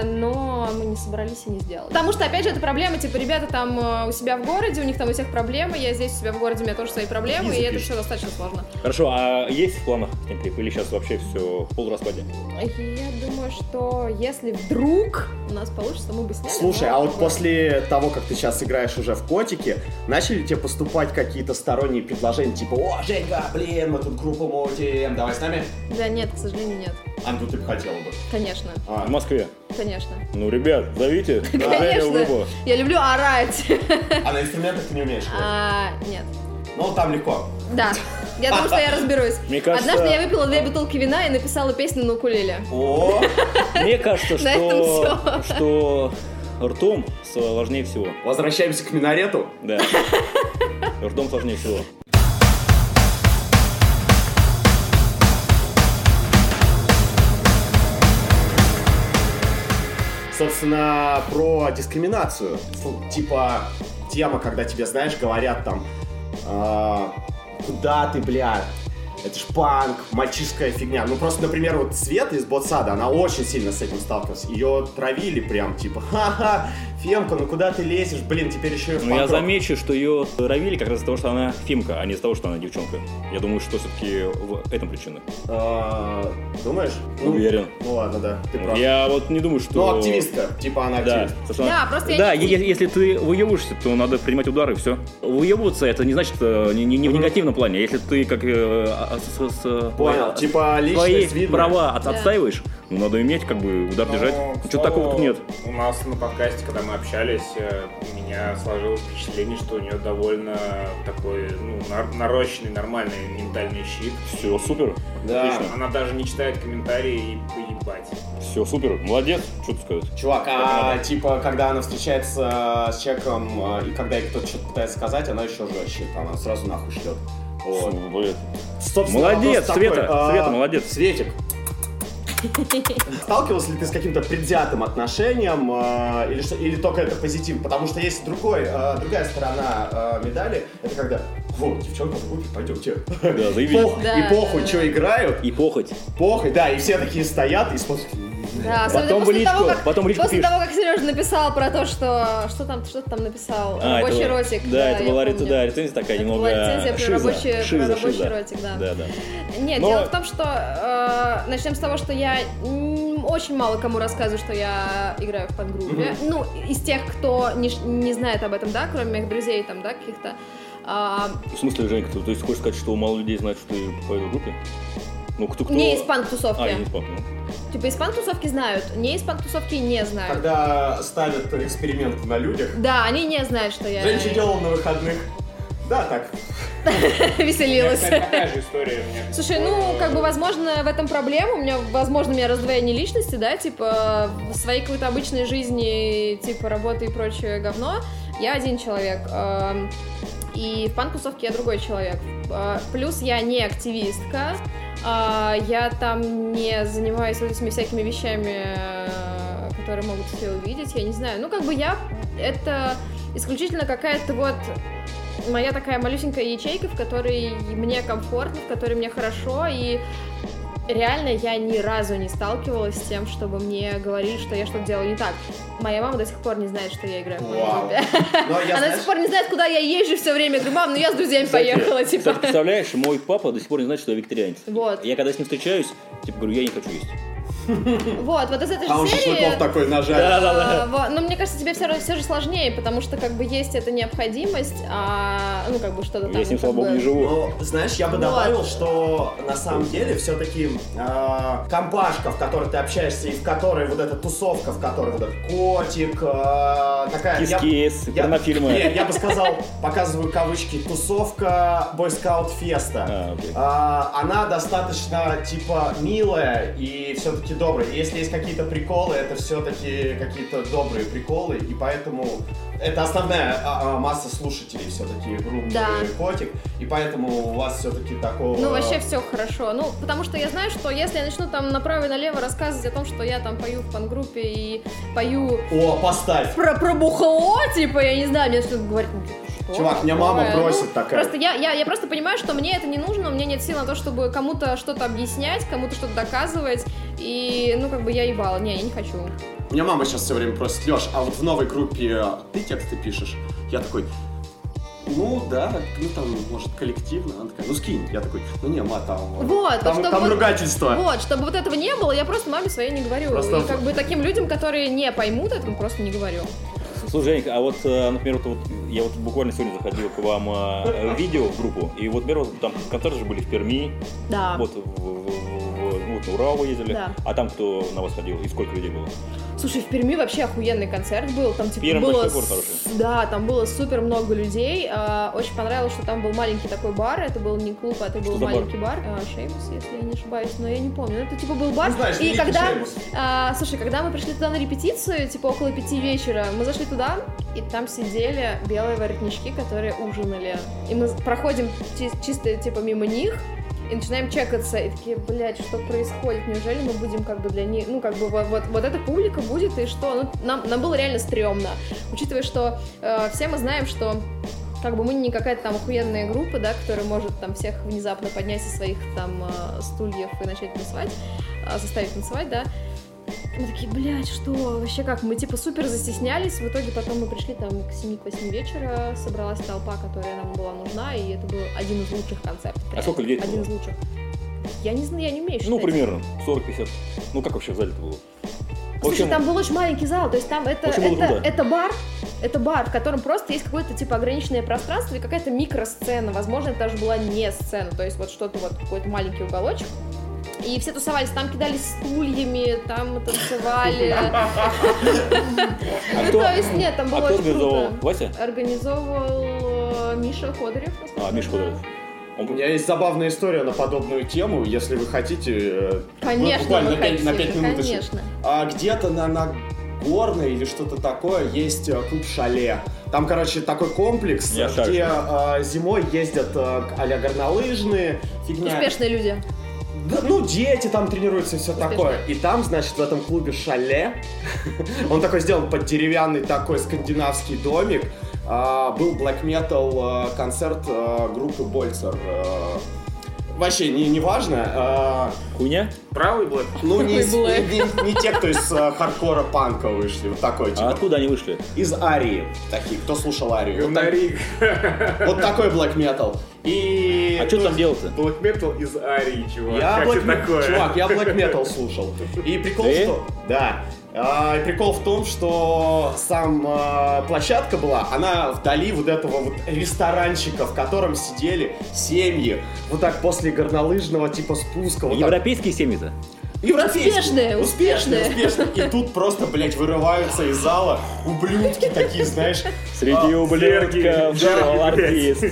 но мы не собрались и не сделали. Потому что, опять же, это проблема, типа, ребята там э, у себя в городе, у них там у всех проблемы, я здесь у себя в городе, у меня тоже свои проблемы,
Не
и это
запишешь.
все достаточно сложно.
Хорошо, а есть в планах снять клип или сейчас вообще все в полураспаде?
Я думаю, что если вдруг у нас получится, мы бы сняли.
Слушай,
но-
а вот после того, как ты сейчас играешь уже в котике, начали тебе поступать какие-то сторонние предложения, типа, о, Женька, блин, мы тут группу мутим, давай с нами?
Да нет, к сожалению, нет.
А, ну ты бы хотела бы.
Конечно,
А,
В Москве.
конечно.
Ну, ребят,
*laughs*
зовите. Женю
Конечно.
Губу.
Я люблю орать.
а на инструментах ты не умеешь играть?
А, нет.
Ну, там легко.
Да, я думаю,
*laughs*
что я разберусь.
Мне кажется-
Однажды я выпила две бутылки вина и написала песню на укулеле.
О,
Мне кажется,
На этом
что, что ртом с- важнее всего.
возвращаемся к минарету.
Да. Ртом сложнее всего.
Собственно, про дискриминацию. Фу, Типа, тема, когда тебе, знаешь, говорят там, «А, куда ты, бля, это ж панк, мальчишская фигня. Ну, просто, например, вот Света из Ботсада, она очень сильно с этим сталкивалась. Ее травили прям, типа, ха-ха, Фемка, ну куда ты лезешь? Блин, теперь еще и в
Но Ну, я
панк-рок».
замечу, что ее травили как раз из-за того, что она фимка, а не из-за того, что она девчонка. Я думаю, что все-таки в этом причина.
А, Думаешь? Ну,
Уверен.
Ну ладно, да, ты прав.
Я вот не думаю, что...
Ну, активистка, типа она
Да,
активистка.
потому что
Да,
она-
просто я
да,
не-
е- е- если ты выебываешься, то надо принимать удары, и все. Выебываться это не значит э, не, не- не в негативном плане. Если ты как э, а- а- с- с- э,
Понял,
твои-
типа
свои
личность видно.
права от-
Да.
отстаиваешь, ну, надо иметь как бы удар
Ну,
держать.
к
Ничего такого тут
слову,
нет.
У нас на подкасте, когда мы общались, э, у меня сложилось впечатление, что у нее довольно такой ну, нар- нарощенный, нормальный ментальный щит.
Все супер,
Да.
отлично.
Она даже не читает комментарии и поебать.
Все супер, молодец, что ты сказать.
Чувак, а типа, когда она встречается с человеком, а, и когда ей кто-то что-то пытается сказать, она еще жестче, она сразу нахуй шлет. Вот.
Фу, блин.
Собственно, вопрос
Молодец,
такой,
Света,
а,
Света, молодец.
Светик. Сталкивался ли ты с каким-то предвзятым отношением а, или, что- или только это позитив? Потому что есть другой, а, другая сторона а, медали, это когда, фу, девчонка в группе, пойдемте.
Да, заебись.
Пох-
Да,
и похуй,
да,
что
да.
играют,
И похоть.
похуй, да, и все такие стоят и смотрят.
Да, особенно
Потом в
после
личку,
того, как,
потом в личку
после
пишешь.
того, как Сережа написал про то, что что там, что ты там написал,
А,
рабочий
это-
ротик.
Да, это
я
была ре-
помню.
да, рецензия такая
Это
немного.
была рецензия про
шиза,
рабочий- про
шиза,
рабочий
шиза.
ротик, да.
Да, да.
Нет,
Но-
дело в том, что э, начнем с того, что я м, очень мало кому рассказываю, что я играю в подгруппе. Ну, из тех, кто не, ш- не знает об этом, да, кроме моих друзей там, да, каких-то. А,
В смысле, Женька, ты, то есть хочешь сказать, что мало людей знает, что ты по этой группе? Ну, кто кто?
Не из панк-тусовки.
А, не из панк, ну.
Типа из панк-тусовки знают, не из панк-тусовки не знают.
Когда ставят эксперименты на людях,
Да, они не знают, что я...
Женщина делала на выходных. Да, так.
меня,
*laughs* веселилась.
кстати, такая же история у меня.
Слушай, ну, как бы, возможно, в этом проблема. У меня, возможно, у меня раздвоение личности, да, типа, в своей какой-то обычной жизни, типа, работы и прочее говно, я один человек. эм, И в панк-тусовке я другой человек. Э, Плюс я не активистка, а, я там не занимаюсь вот этими всякими вещами, э, которые могут все увидеть, я не знаю. Ну, как бы я... Это исключительно какая-то вот моя такая малюсенькая ячейка, в которой мне комфортно, в которой мне хорошо, и реально я ни разу не сталкивалась с тем, чтобы мне говорили, что я что-то делаю не так. Моя мама до сих пор не знает, что я играю в
Вау.
«Мангруппе».
Но я,
*laughs* Она до
знаешь,
сих пор не знает, куда я езжу все время. Я говорю, мам, ну я с друзьями
Кстати,
поехала, типа.
Кстати, представляешь, мой папа до сих пор не знает, что я вегетарианец.
Вот.
Я когда с ним встречаюсь, типа говорю, я не хочу есть.
Вот, вот из этой
А
же
он
серии...
шашлыков такой нажарил.
А, во- Но мне кажется, тебе все, все же сложнее, потому что как бы есть эта необходимость, а, ну как бы что-то там.
Я с ним,
как
слава богу,
бы-
не живу.
Ну, знаешь, я бы
Вот.
добавил, что на самом деле все-таки компашка, в которой ты общаешься, и в которой вот эта тусовка, в которой вот этот котик, э, такая... я-
Кис-кис, порнофильмы.
Не, я бы сказал, показываю кавычки, тусовка бойскаут феста.
А, окей.
она достаточно типа милая и все-таки добрая. И Если есть какие-то приколы, это все-таки какие-то добрые приколы, и поэтому это основная а, а, масса слушателей все-таки группы
Да.
Котик, и поэтому у вас все-таки такого.
Ну, вообще все хорошо. Ну, потому что я знаю, что если я начну там направо и налево рассказывать о том, что я там пою в пангруппе и пою
О, поставь.
про, про бухло, типа, я не знаю, мне что-то говорит, ну, что
Чувак, меня
такое?
мама
Ну,
просит такая.
Просто я, я, я просто понимаю, что мне это не нужно, у меня нет сил на то, чтобы кому-то что-то объяснять, кому-то что-то доказывать. И, ну, как бы я ебала. Не, я не хочу.
Меня мама сейчас все время просит, Леш, а вот в новой группе э, ты тексты пишешь? Я такой, ну да, ну там, может, коллективно. Она такая, ну скинь. Я такой, ну не, ма, там, э,
Вот,
там,
чтобы
там
вот-
ругательство.
Вот, чтобы вот этого не было, я просто маме своей не говорю.
Просто-
И как бы таким людям, которые не поймут этого, просто не говорю.
Слушай, Женька, а вот, э, например, вот, вот я вот буквально сегодня заходил к вам э, в видео в группу, и вот, например, вот там концерты же были в Перми,
Да.
вот, в, в- в- ну, вот на Урал вы ездили,
А. Да.
а там кто на вас ходил и сколько людей было?
Слушай, в Перми вообще охуенный концерт был. Там типа
Пермь
было.
большой город хороший.
с- Да, там было супер много людей. А, Очень понравилось, что там был маленький такой бар. Это был не клуб, а это был
за бар?
маленький бар. А, Шеймус, если я не ошибаюсь, но я не помню. Ну, Это типа был бар.
Ну, знаешь,
И
великий
когда.
Шеймус.
а, Слушай, когда мы пришли туда на репетицию, типа около пяти вечера, мы зашли туда, и там сидели белые воротнички, которые ужинали. И мы проходим чи- чисто типа мимо них. И начинаем чекаться, и такие, блядь, что происходит? Неужели мы будем как бы для них... Ну, как бы вот, вот, вот эта публика будет, и что? Ну, нам, нам было реально стрёмно. Учитывая, что э, все мы знаем, что как бы мы не какая-то там охуенная группа, да, которая может там всех внезапно поднять со своих там э, стульев и начать танцевать, э, заставить танцевать, да. Мы такие, блядь, что? Вообще как? Мы типа супер застеснялись. В итоге потом мы пришли там к 7-8 вечера, собралась толпа, которая нам была нужна, и это был один из лучших концертов.
А сколько людей
Один
было?
из лучших. Я не знаю, я не умею считать.
Ну, примерно 40-50. Ну, как вообще в зале-то было? В
Слушай,
общем,
там был очень маленький зал, то есть там это,
В общем, было
это,
круто.
это бар, это бар, в котором просто есть какое-то типа ограниченное пространство и какая-то микросцена, возможно, это даже была не сцена, то есть вот что-то вот, какой-то маленький уголочек. И все тусовались, там кидались стульями, там танцевали.
*laughs* а
Ну,
кто,
то есть, нет, там
а
было
кто
очень
организовал?
круто.
Вася?
Организовывал э, Миша Ходорев. насколько
А,
я
Миша
знаю.
Ходоров.
У
Он-
меня есть забавная история на подобную тему, если вы хотите. э,
Конечно,
буквально
мы
на пять- на
хотим,
пять минут, если-
Конечно.
А где-то на Нагорной или что-то такое есть э, клуб «Шале». Там, короче, такой комплекс,
Я так
где
же.
э, зимой ездят э, а-ля горнолыжные, фигня.
Успешные люди.
Да, ну, дети там тренируются и все
Успешно.
такое. И там, значит, в этом клубе шале, *laughs* он такой сделан под деревянный такой скандинавский домик, а, был black metal э, концерт э, группы Больцер. э, Вообще, не, не важно. а,
Хуйня?
Правый блэк?
ну, не,
Какой
из-
black?
не- не те, кто из э, хардкора панка вышли. Вот такой,
А
типа.
откуда они вышли?
Из Арии. Такие, кто слушал Арию. Вот, так-
Гонорик.
вот такой black metal. И...
А что там делать-то?
Black metal из Арии, чувак.
Я
как
black
тебе
me-
такое?
Чувак, я black metal слушал. И прикол
Ты?
в том... Да. А, и прикол в том, что сам а, площадка была, она вдали вот этого вот ресторанчика, в котором сидели семьи. Вот так после горнолыжного типа спуска. Вот так.
Европейские семьи-то?
Европейские.
Успешные,
успешные,
успешные.
успешные. И тут просто, блядь, вырываются из зала ублюдки такие, знаешь.
Среди
А,
ублюдков
Сергей,
жил
блядь.
артист.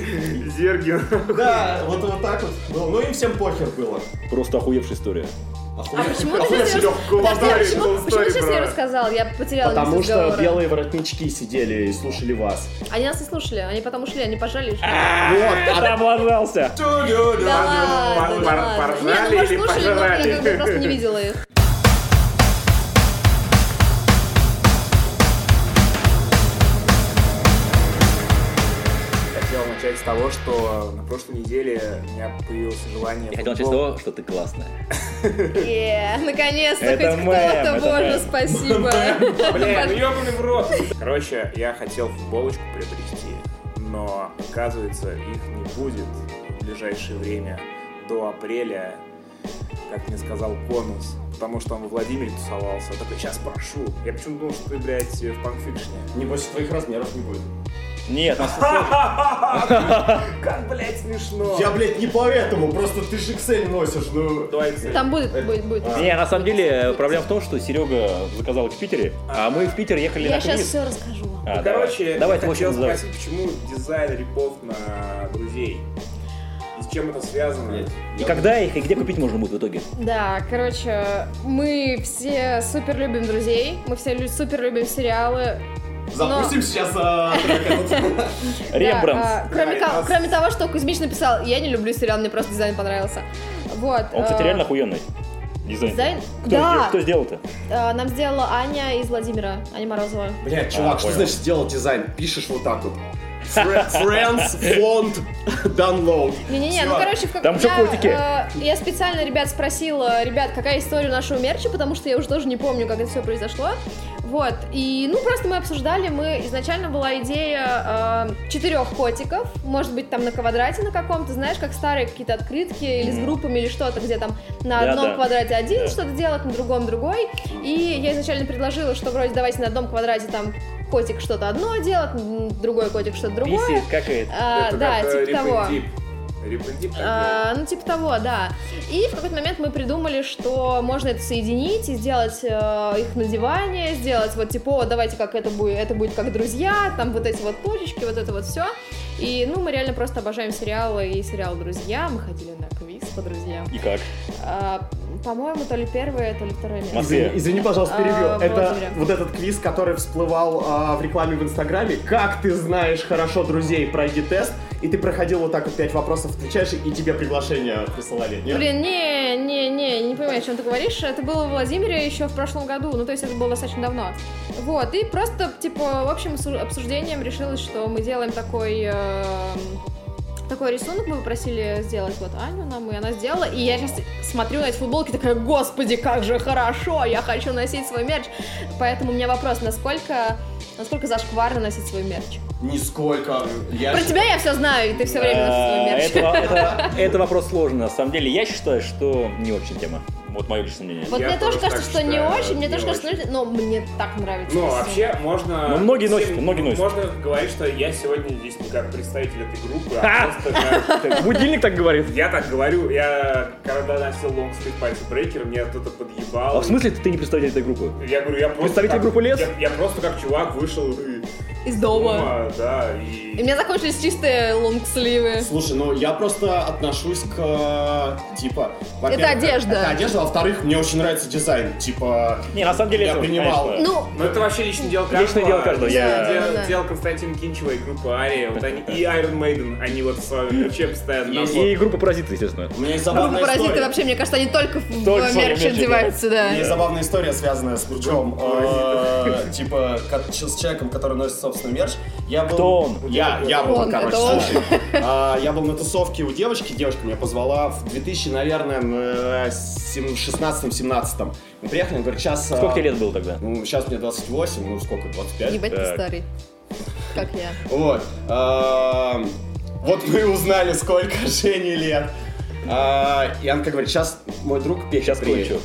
Зергин.
Да, вот вот так вот было. Ну и всем похер было.
Просто охуевшая история.
А почему ты
Охуенно
сейчас не
легко.
рас-
Подожди,
Подожди, а
я
почему-
решил
почему ты сейчас
историю
не
про-
рассказал? Я потеряла
Потому
нить
что
разговора.
белые воротнички сидели и слушали вас.
Они нас не слушали, они потом ушли, они пожали. и ушли.
А, Облажался. ну,
Тю-лю-лю.
Да ладно,
пор-
да
пор-
ладно.
поржали
Нет, ну, может,
или
слушали, но я
пожрали?
как бы просто не видела их.
Хотел начать с того, что на прошлой неделе у меня появилось желание...
Я хотел начать с
футбол-
того, что ты классная.
Е, наконец-то
Это
хоть
мем, это
кто-то, боже,
мем.
спасибо.
Бля, ну ёбаный в рот. Короче, я хотел футболочку приобрести, но, оказывается, их не будет в ближайшее время до апреля, как мне сказал Конус, потому что он во Владимире тусовался. Я такой, сейчас прошу. Я почему-то думал, что ты, блядь, в панкфикшне.
Небось, твоих размеров не будет.
Нет, нас
Как, блядь, смешно.
Я, блядь, не поэтому, просто ты же XL носишь, ну...
Дуальцы.
Там будет, будет, будет.
Не, на самом деле, э, проблема в том, что Серега заказал их в Питере, а мы в Питер ехали
Я
на
сейчас
круиз.
все расскажу.
А,
Ну, Короче,
давай, давай,
я хотел
твой давай.
спросить, почему дизайн репов на друзей? И с чем это связано?
Блядь.
И когда их, и где купить можно будет в итоге?
Да, короче, мы все супер любим друзей, мы все лю- супер любим сериалы.
Запустим сейчас а, трек этот.
Да,
Рембрандт.
а, кроме,
Да,
ко-
раз.
кроме того, что Кузьмич написал, я не люблю сериал, мне просто дизайн понравился. Вот.
Он, кстати,
э,
реально охуенный. Дизайн.
Дизайн?
Кто,
да.
сдел- кто сделал-то?
Э, Нам сделала Аня из Владимира, Аня Морозова.
Блядь, чувак, что
понял.
значит сделал дизайн? Пишешь вот так вот. А, Фре- Friends, font, download.
Не-не-не, ну
Всё.
короче, в как...
Там ещё
я,
котики.
э, я специально ребят спросила, ребят, какая история нашего мерча, потому что я уже тоже не помню, как это все произошло. Вот, и, ну, просто мы обсуждали, мы, изначально была идея э, четырех котиков, может быть, там на квадрате на каком-то, знаешь, как старые какие-то открытки, или с
Мгм.
группами, или что-то, где там на
Да,
одном
да.
квадрате один
Да.
что-то делать, на другом другой, и я изначально предложила, что вроде давайте на одном квадрате там котик что-то одно делать, м, другой котик что-то другое.
Писи, как это?
А,
Это
да,
как, э,
типа
Rip and
того.
Dip. Rip and Dip так
А, ну, типа того, да. И в какой-то момент мы придумали, что можно это соединить и сделать э, их на диване, сделать вот типа, «О, давайте как это будет, это будет как друзья, там вот эти вот точечки, вот это вот все. И, ну, мы реально просто обожаем сериалы и сериал «Друзья». Мы ходили на квиз по «Друзьям».
И как?
А, по-моему, то ли первое, то ли второе место.
Москве.
Извини, извини, пожалуйста, перебью.
А,
это
Владимире.
вот этот квиз, который всплывал а, в рекламе в Инстаграме. Как ты знаешь хорошо друзей, пройди тест. И ты проходил вот так вот пять вопросов, отвечаешь, и тебе приглашение присылали. Нет?
Блин, не, не, не, не понимаю, о чем ты говоришь. Это было в Владимире еще в прошлом году, ну то есть это было достаточно давно. Вот, и просто, типа, в общем, с обсуждением решилось, что мы делаем такой... эм, такой рисунок мы попросили сделать вот Аню нам, и она сделала. И я сейчас смотрю на эти футболки, такая, господи, как же хорошо, я хочу носить свой мерч. Поэтому у меня вопрос, насколько, насколько зашкварно носить свой мерч?
Нисколько. Я
Про
ж-
тебя я все знаю, и ты все время носишь свой мерч.
Э, А, это, это- *laughs* это вопрос сложный. На самом деле, я считаю, что не очень тема. Вот мое личное мнение.
Вот
Я
мне тоже
тоже
кажется, что
так
не
считаю,
очень, мне
не
тоже кажется,
очень.
что- но мне так нравится.
Ну,
рисунок.
вообще, можно...
Ну, многие носят,
всем-
многие носят.
Можно говорить, что я сегодня здесь не как представитель этой группы, а
Ха!
просто как- как-
Будильник *laughs* так говорит.
Я так говорю, я когда носил Long Street Party Breaker, меня кто-то подъебал.
А в смысле ты не представитель этой группы?
Я говорю, я просто...
Представитель
как-
группы Лес?
Я, я просто как чувак вышел и...
Из дома.
дома, да,
И у
и...
меня закончились чистые
*laughs*
лонгсливы.
Слушай, ну я просто отношусь к э, типа. во-первых,
Это одежда.
Это одежда, а во-вторых, мне очень нравится дизайн. Типа.
Не, на самом деле,
Я
это,
принимал.
конечно,
Ну,
Ну, это вообще личное дело каждого.
Личное дело каждого, я-
Дело-
Да, да, да.
Дело Константина Кинчева и группы Ария. Вот они и Iron Maiden, они вот в своем ключе постоянно на фото.
И группа паразиты, естественно.
У меня есть
группа
забавная
паразиты
история.
А вообще, мне кажется, они только в
Только в своем
мерч
мерче, да.
одеваются, да.
У меня есть забавная история, связанная с Гурчом. э, Типа, ко- с человеком, который носит собственный мерч. Я был...
Кто он?
Я, я был,
Он,
короче,
это он.
слушай. а, Я был на тусовке у девочки, девушка меня позвала в 2000, наверное, на сем- 16-17. Мы приехали, она говорит, сейчас...
Сколько тебе лет было тогда?
Ну, сейчас мне 28, ну сколько, 25?
Ебать ты
Так.
старый. Как я.
Вот. Эм, Вот мы узнали, сколько *laughs* Жене лет. А, И Анка говорит, сейчас мой друг Петя
Сейчас
приедет».
кончу.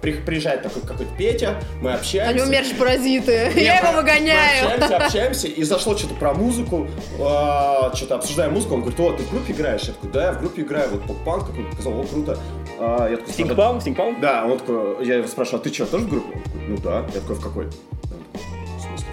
При- Приезжает такой какой-то Петя, мы
У него
общаемся. *laughs*
мерч паразиты. *laughs* Я
Мы
его
Мы
выгоняю. *laughs*
общаемся, общаемся, и зашло что-то про музыку, а, что-то обсуждаем музыку, он говорит, о, ты в группе играешь? Я такой, да, я в группе играю, вот поп-панк какой-то, сказал, о, круто. А, а, я такой, смотрю,
Стингпаум, Стингпаум?
Да, он такой, я его спрашиваю, а ты что, тоже в группе? Он такой, Ну да. Я такой, в какой? Он такой, «В смысле,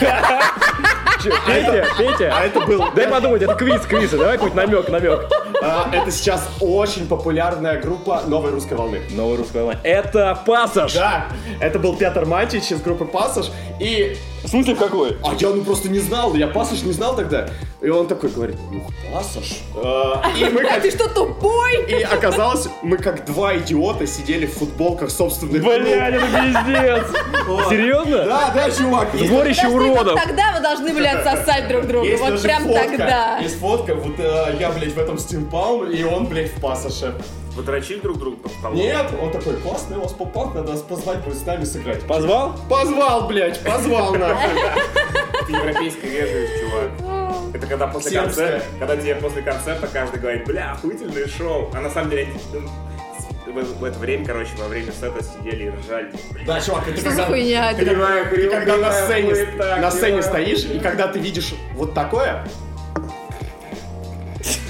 *laughs* Чё, *laughs* Петя,
А
Петя,
это был...
дай подумать, это квиз, квиз, давай какой-то намек, намек.
А, Это сейчас очень популярная группа новой русской волны.
Новая русская волна. Это пассаж!
Да, это был Петр Матич из группы Пассаж, и...
В смысле какой?
А я ну просто не знал, я Пассаж не знал тогда. И он такой говорит, ну Пассаж. А, И мы
А
как...
ты что, тупой?
И оказалось, мы как два идиота сидели в футболках собственных
Блядь, это пиздец! Серьезно?
Да, да, чувак, есть-
Сборище
Подожди, вот
уродов!
Тогда вы должны были отсосать друг друга.
Есть
Вот
даже
прям
фотка.
тогда.
Есть фотка, вот э, я, блядь, в этом стимпаун, и он, блядь, в пассаже.
Подрочили друг друга под столом?
Нет, он такой, классный у вас попал, надо вас позвать, будет с нами сыграть.
Позвал?
Позвал, блядь, позвал нахуй.
Это европейская вежливость, чувак. Это когда после
Сербская.
концерта, когда тебе после концерта каждый говорит, бля, охуительное шоу. А на самом деле они ну, с- в в это время, короче, во время сета сидели и ржали.
*laughs* Да, чувак, это
Что за
когда-
хуйня?
Ты
Кривая,
ты
кривая,
когда на
кривая,
сцене,
хуй так,
на сцене
кривая.
стоишь, и когда ты видишь вот такое...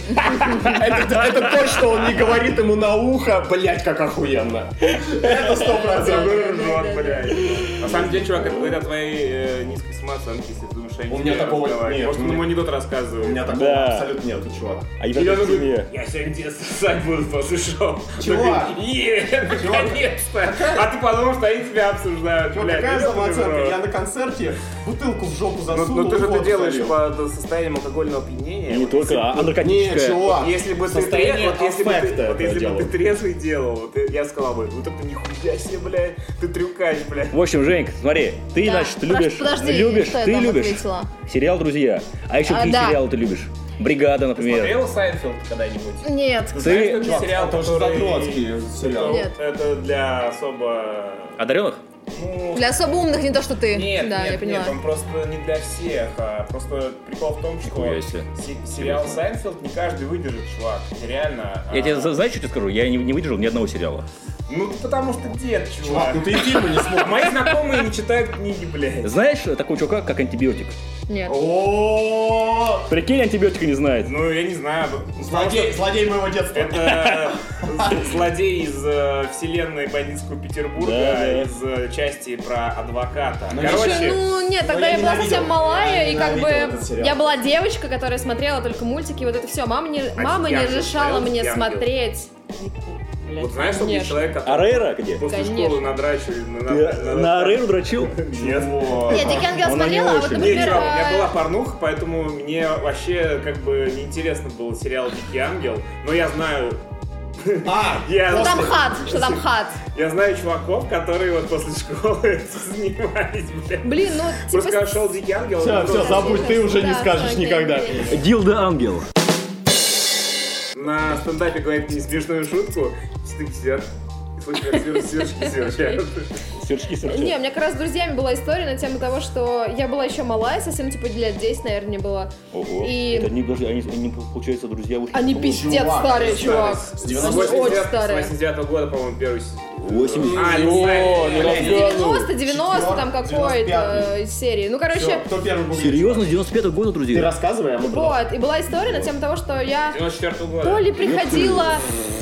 это, да, это то, что он не говорит ему на ухо, блять, как охуенно. Это сто процентов.
Ржет, блядь. На самом деле, чувак, это говорит о твоей э, низкой самооценке, если ты думаешь, что я не
У меня
умею
такого
разговаривать.
нет,
Может,
у
он
меня-
ему анекдот рассказывает.
У меня такого
Да.
абсолютно нету, чувак.
А я
такой,
Я сегодня тебе сосать буду после шоу.
Чувак!
Ты такой, «Е, наконец-то! А ты подумал, что они тебя обсуждают,
Чувак,
блядь.
какая
Ну,
самооценка?
бро.
Я на концерте бутылку в жопу
Ну,
засунул.
ну ты
и
же
вот
это делаешь
залил.
под состоянием алкогольного опьянения.
И не
Вот
только, а а
Не,
наркотическое.
чувак,
Если бы ты
состояние
трез- вот если бы
аффекта
ты, вот
это
если бы
делал.
ты трезвый делал, вот и- я сказал бы, ну так ты нихуя себе, блядь, ты трюкач, блядь.
В общем, Женька, смотри, ты,
Да.
значит,
Подож-
любишь,
подожди,
любишь,
что я
ты
там
любишь
ответила?
сериал «Друзья». А еще
А,
какие
да.
сериалы ты любишь? «Бригада», например.
Смотрел Сайнфилд когда-нибудь?
Нет.
Ты
Знаешь,
Чувак,
какой сериал,
это уже
который-
задротский сериал.
Нет.
Это для особо...
одаренных?
Ну,
Для особо умных не то, что ты.
Нет,
да,
нет,
я поняла.
нет, он просто не для всех, а просто прикол в том, что
Нихуя себе.
се- сериал Сайнфилд не каждый выдержит, чувак, реально. а-
Я тебе, за- знаешь, что тебе скажу? Я не, не выдержал ни одного сериала.
Ну, ты потому что дед,
Чувак,
чувак.
ну ты и фильмы не смотришь.
Мои знакомые не читают книги, блядь.
Знаешь такого чувака, как антибиотик?
Нет.
О,
Прикинь, антибиотика не знает.
Ну, я не знаю. ну, потому что
Злодей, злодей моего детства.
Это злодей из э, вселенной бандитского
Да,
Петербурга,
да.
из э, части про адвоката.
Ну,
Слушай,
Короче,
ну нет, тогда
я
я, была
ненавидел.
совсем малая,
Я
и как бы
ненавидел этот сериал.
я была девочка, которая смотрела только мультики, и вот это все. Мама не,
А
мама не
«Янгел»
разрешала
смотрел?
мне
«Янгел».
смотреть.
вот знаешь, что
Нет.
человек, который
Арейра где?
после
Конечно.
школы надрачивали на...
А, Ты
на-
на Арейру дрочил?
Нет.
Нет, Дикий
Она
Ангел
не
смотрела, а вот,
очень.
Нет,
например,
чувак, у меня
э,
была порнуха, поэтому мне вообще как бы неинтересно был сериал «Дикий ангел», но я знаю...
А,
Я,
что там хат, что там хат.
я знаю чуваков, которые вот после школы *laughs* занимались, блядь.
Блин, ну
Просто
типа...
когда шел «Дикий ангел»,
Всё,
ну,
всё, забудь, ты уже не
Да,
скажешь
окей,
никогда.
окей.
Дилда Ангел.
на стендапе говорит не смешную шутку, все таки сидят и слышат, как свер- сверчки
*laughs*
сверчат.
Сверчки,
Не,
сверчки.
у меня как раз с друзьями была история на тему того, что я была еще малая, совсем типа лет 10, наверное, мне было.
Ого.
И-
Это они, подожди, они, они, получается, друзья вышли.
Они
Ну,
пиздец
чувак,
старые,
старые.
чувак.
С
Они
90-х
очень
89
старые.
89 года, по-моему, первый сезон.
80.
А, не
О,
знаю,
не
блядь.
рассказывай.
90, 90 там какой-то
95-й.
э, серии. Ну, короче,
всё, кто первый был?
Серьезно, с 95 -го года,
Ты
друзья?
рассказывай, а мы потом.
вот. И была история на тему того, что я
94 года.
то ли приходила,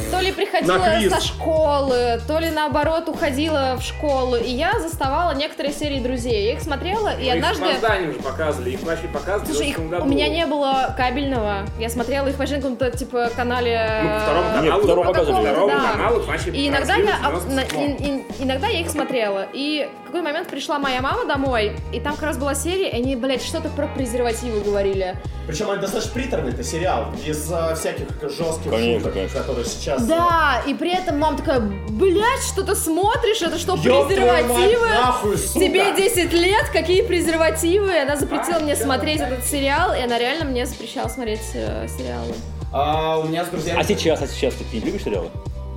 то ли приходила
На квиз.
со школы, то ли наоборот уходила в школу. И я заставала некоторые серии друзей. Я их смотрела, и
Ну, их
однажды...
в Мазане уже показывали, их начали показывать
Слушай,
в
их,
90-м году.
у меня не было кабельного. Я смотрела их вообще на каком-то типа канале. э,
Ну, по второму каналу.
Нет, по второму показывали.
По второму
Да.
каналу, значит,
И иногда я, об- на-
транслируют в 97-м.
и- и- иногда я их смотрела. И в какой момент пришла моя мама домой, и там как раз была серия, и они, блядь, что-то про презервативы говорили.
Причем это достаточно приторный это сериал, без а, всяких жестких
Конечно,
шуток,
конечно.
которые сейчас...
Да, и при этом мама такая, блядь, что ты смотришь, это что,
Ёб твою мать,
ну, презервативы?
нахуй, сука!
Тебе 10 лет, какие презервативы? И она запретила
А,
мне
чё?
смотреть этот сериал, и она реально мне запрещала смотреть э, сериалы.
А, у меня с друзьями...
А сейчас, а сейчас ты не любишь сериалы?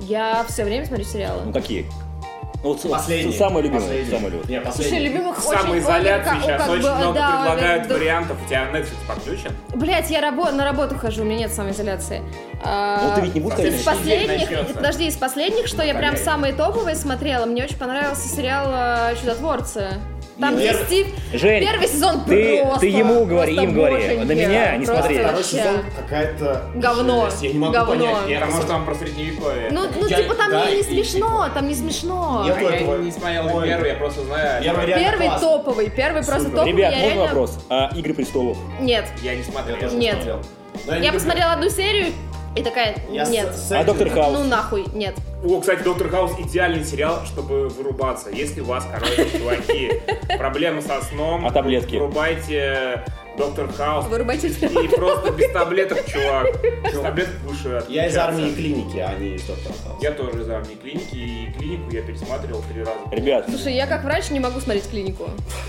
Я все время смотрю сериалы.
Ну какие? Ну, вот с-
Последний.
с- самое любимое.
Последний.
Самое любимое.
Не,
Слушай,
последний.
любимых очень...
Самоизоляции
ой, как-
сейчас
как
очень
бы,
много
да,
предлагают
да.
вариантов. У тебя Netflix подключен?
Блять, я рабо- на работу хожу, у меня нет самоизоляции. А,
Ну, ты ведь не будешь
из
ходить?
последних,
Начнется.
подожди, из последних, что я прям
Проверь.
самые топовые смотрела, мне очень понравился сериал э, а, «Чудотворцы». Там
Нет.
где Стив.
Жень,
Первый сезон
ты-
просто.
ты ему говори,
просто
им говори.
боженьки.
На меня не
Просто
смотри.
вообще.
Второй сезон какая-то...
Говно.
жесть. Я не могу
Говно.
понять. Я
Потому
просто-
что там про средневековье.
Ну, ну
Я-
типа там
да,
не, не
и-
смешно, там не смешно.
Нет.
а
нету
я
этого.
не смотрел
Ой.
первый, я просто знаю.
Я реально
Первый
классно.
топовый, первый просто
Супер.
топовый.
Ребят,
я
можно
реально-
вопрос? А, Игры престолов.
Нет.
Я не смотрел.
Я тоже
Нет.
смотрел. Но не
Я
люблю.
посмотрела одну серию и такая,
Я с-
нет.
с
А
этим-
Доктор Хаус?
Ну нахуй, нет.
О, кстати, Доктор Хаус идеальный сериал, чтобы вырубаться. Если у вас, короче, чуваки, проблемы со сном,
А таблетки?
врубайте Доктор Хаус.
Вырубайте
И просто без таблеток, чувак. Без таблеток будешь
Я из
отключаться.
армии клиники, а не из Доктора Хауса.
Я тоже из армии клиники, и клинику я пересматривал три раза.
Ребят,
Слушай, я как врач не могу смотреть клинику.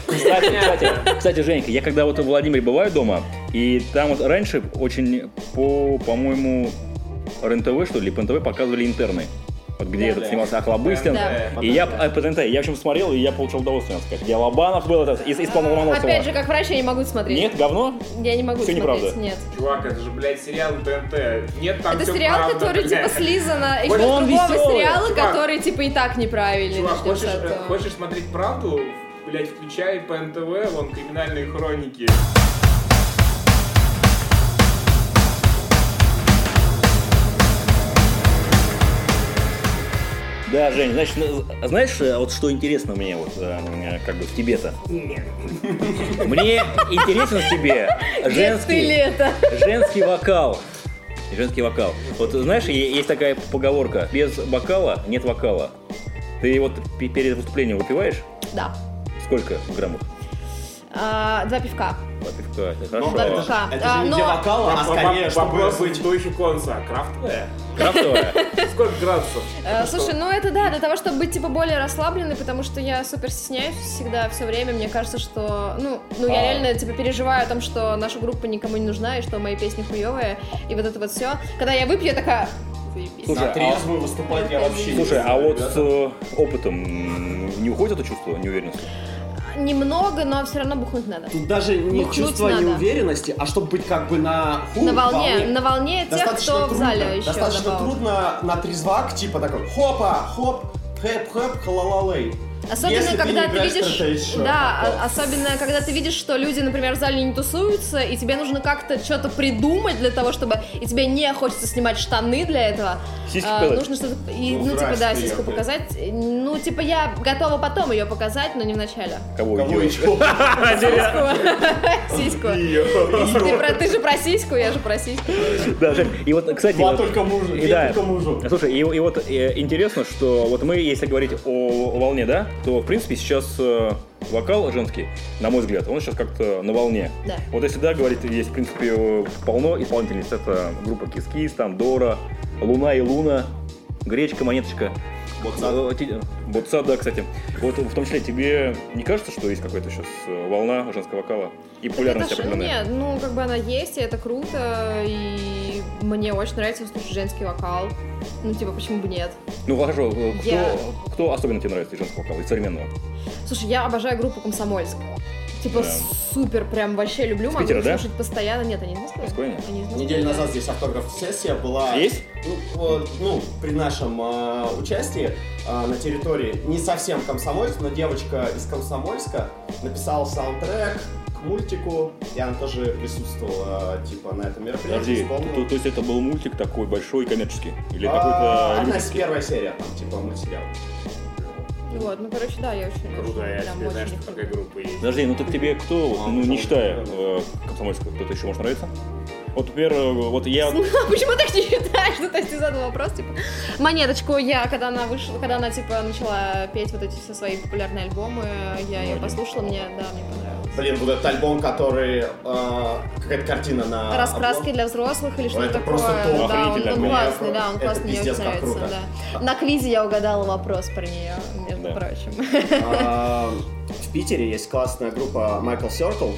Кстати, кстати, кстати, Женька, я когда вот в Владимире бываю дома, и там вот раньше очень по, по-моему, РНТВ, что ли, по НТВ показывали интерны. Вот где этот снимался Ахлобыстин.
Да.
И я, а, ПТНТ, я, в общем, смотрел, и я получил удовольствие, надо сказать. Где Лобанов был, этот, из, из «Плана Ломоносова».
Опять же, как врач я не могу смотреть.
Нет, говно?
Я не могу
Всё
смотреть,
неправда.
нет.
Чувак, это же, блядь, сериал на ТНТ. Нет там
Это
А всё
сериал,
правда,
который типа
блядь.
слизано еще
Вот
другого
он весёлый,
сериала,
чувак.
который типа и так неправильный.
Чувак,
начнём с
хочешь, э,
этого.
хочешь смотреть правду? Блять, включай по НТВ, вон, криминальные хроники.
Да, Жень, значит, ну, знаешь, э, вот что интересно мне, вот, э, как бы, в тебе-то? Мне интересен в тебе
Детство и
женский...
лето.
Женский вокал. Женский вокал. Вот знаешь, е- есть такая поговорка. Без бокала нет вокала. Ты вот пе- перед выступлением выпиваешь?
Да.
Сколько граммов?
А, Два пивка.
Два пивка. Это
Ну,
Доктор
это
хорошо.
же-
Ха.
это
А,
же не
но-
для вокала, а
Воп-
скорее,
воп-
чтобы
Вопрос
быть...
в духе конца. Крафтовая?
Крафтовая.
Сколько градусов?
А
Э, Слушай, ну это да, для того, чтобы быть типа более расслабленной, потому что я супер стесняюсь всегда, все время. Мне кажется, что, ну, ну я
А.
реально типа переживаю о том, что наша группа никому не нужна и что мои песни хуевые и вот это вот все. Когда я выпью, я такая. «Заебись».
Слушай,
На
а-
трезвую выступать я вообще не
Слушай, а
знаю,
вот с
ребята.
э, опытом м, не уходит это чувство неуверенности?
Немного, но все равно бухнуть надо.
Тут даже не
Бухнуть
чувство
Ну, надо.
неуверенности, а чтобы быть как бы на... ху,
На волне, на волне тех,
Достаточно
кто в
трудно.
зале еще
Достаточно
добавок.
трудно на трезвак, типа такой, хопа, хоп, хэп, хэп, халалалей.
Особенно,
Если ты
когда
не
ты,
играешь
видишь,
Temptation,
да,
то-
а- особенно, когда ты видишь, что люди, например, в зале не тусуются, и тебе нужно как-то что-то придумать для того, чтобы, и тебе не хочется снимать штаны для этого.
Сиськи
А,
показать.
нужно что-то, и,
Ну,
ну, типа, да,
здрасте,
сиську
ёпта.
показать. Ну, типа, я готова потом ее показать, но
*laughs*
не вначале.
Кого,
Кого
идиот?
еще?
Сиську. Ты про- Ты же про сиську, я же про сиську.
*laughs* Да, Жень, и вот, кстати,
Два
вот-
Ну, а только мужа,
И да.
я только мужу.
Слушай, и, и вот э, интересно, что вот мы, если говорить о, о волне, да, то в принципе сейчас э, вокал женский, на мой взгляд, он сейчас как-то на волне.
Да.
Вот если да, говорить, есть в принципе э, полно исполнительниц. Это группа Кис-Кис, там Дора, Луна и Луна, Гречка, Монеточка.
Ботсад.
Э, ти- Ботсад, да, кстати. Вот в том числе тебе не кажется, что есть какая-то сейчас э, волна женского вокала и популярность
Ну, Это ж-
определенная?
Нет, ну как бы она есть, и это круто, и мне очень нравится слушать женский вокал. Ну, типа, почему бы нет?
Ну хорошо, э, кто,
Я-
кто особенно тебе нравится из женского вокала, из современного?
Слушай, я обожаю группу Комсомольск. Типа,
Да.
супер, прям вообще люблю, могу
Питера,
их
да?
слушать постоянно. Нет, они из Москвы.
Москвы нет?
Они из Москвы.
Неделю назад здесь автограф-сессия была.
Есть?
Ну, вот, ну, при нашем а, участии а, на территории не совсем Комсомольск, но девочка из Комсомольска написала саундтрек к мультику, и она тоже присутствовала, типа, на этом мероприятии.
Подожди,
исполнила.
то, то есть это был мультик такой большой коммерческий? Или
А,
какой-то...
Одна из
любительский?
первая серия, там, типа, мультсериал.
Вот, ну, короче, да, я очень
Круто, я
очень, прям
теперь знаю,
очень
что такая
люблю.
группа есть.
Подожди, ну так тебе кто, вот,
А,
ну не
Комсомольская,
считая
да.
э, комсомольского, кто-то еще может нравиться? Вот, например, э, вот я...
*laughs* Ну, Почему так не считаешь? Ну, то есть ты задал вопрос, типа, монеточку, я, когда она вышла, когда она, типа, начала петь вот эти все свои популярные альбомы, я ее
Молодец.
послушала, мне, да, мне понравилось.
Блин, вот этот альбом, который... а, какая-то картина на...
Раскраски
обложке.
для взрослых или что-то
А, это
такое.
просто топ.
да, он- он,
Охренительно.
классный, да, он
Это
классный, мне
пиздец,
очень
как
нравится.
круто.
Да. На квизе я угадала вопрос про нее, между
Да.
прочим. *laughs*
А, В Питере есть классная группа Michael Circle.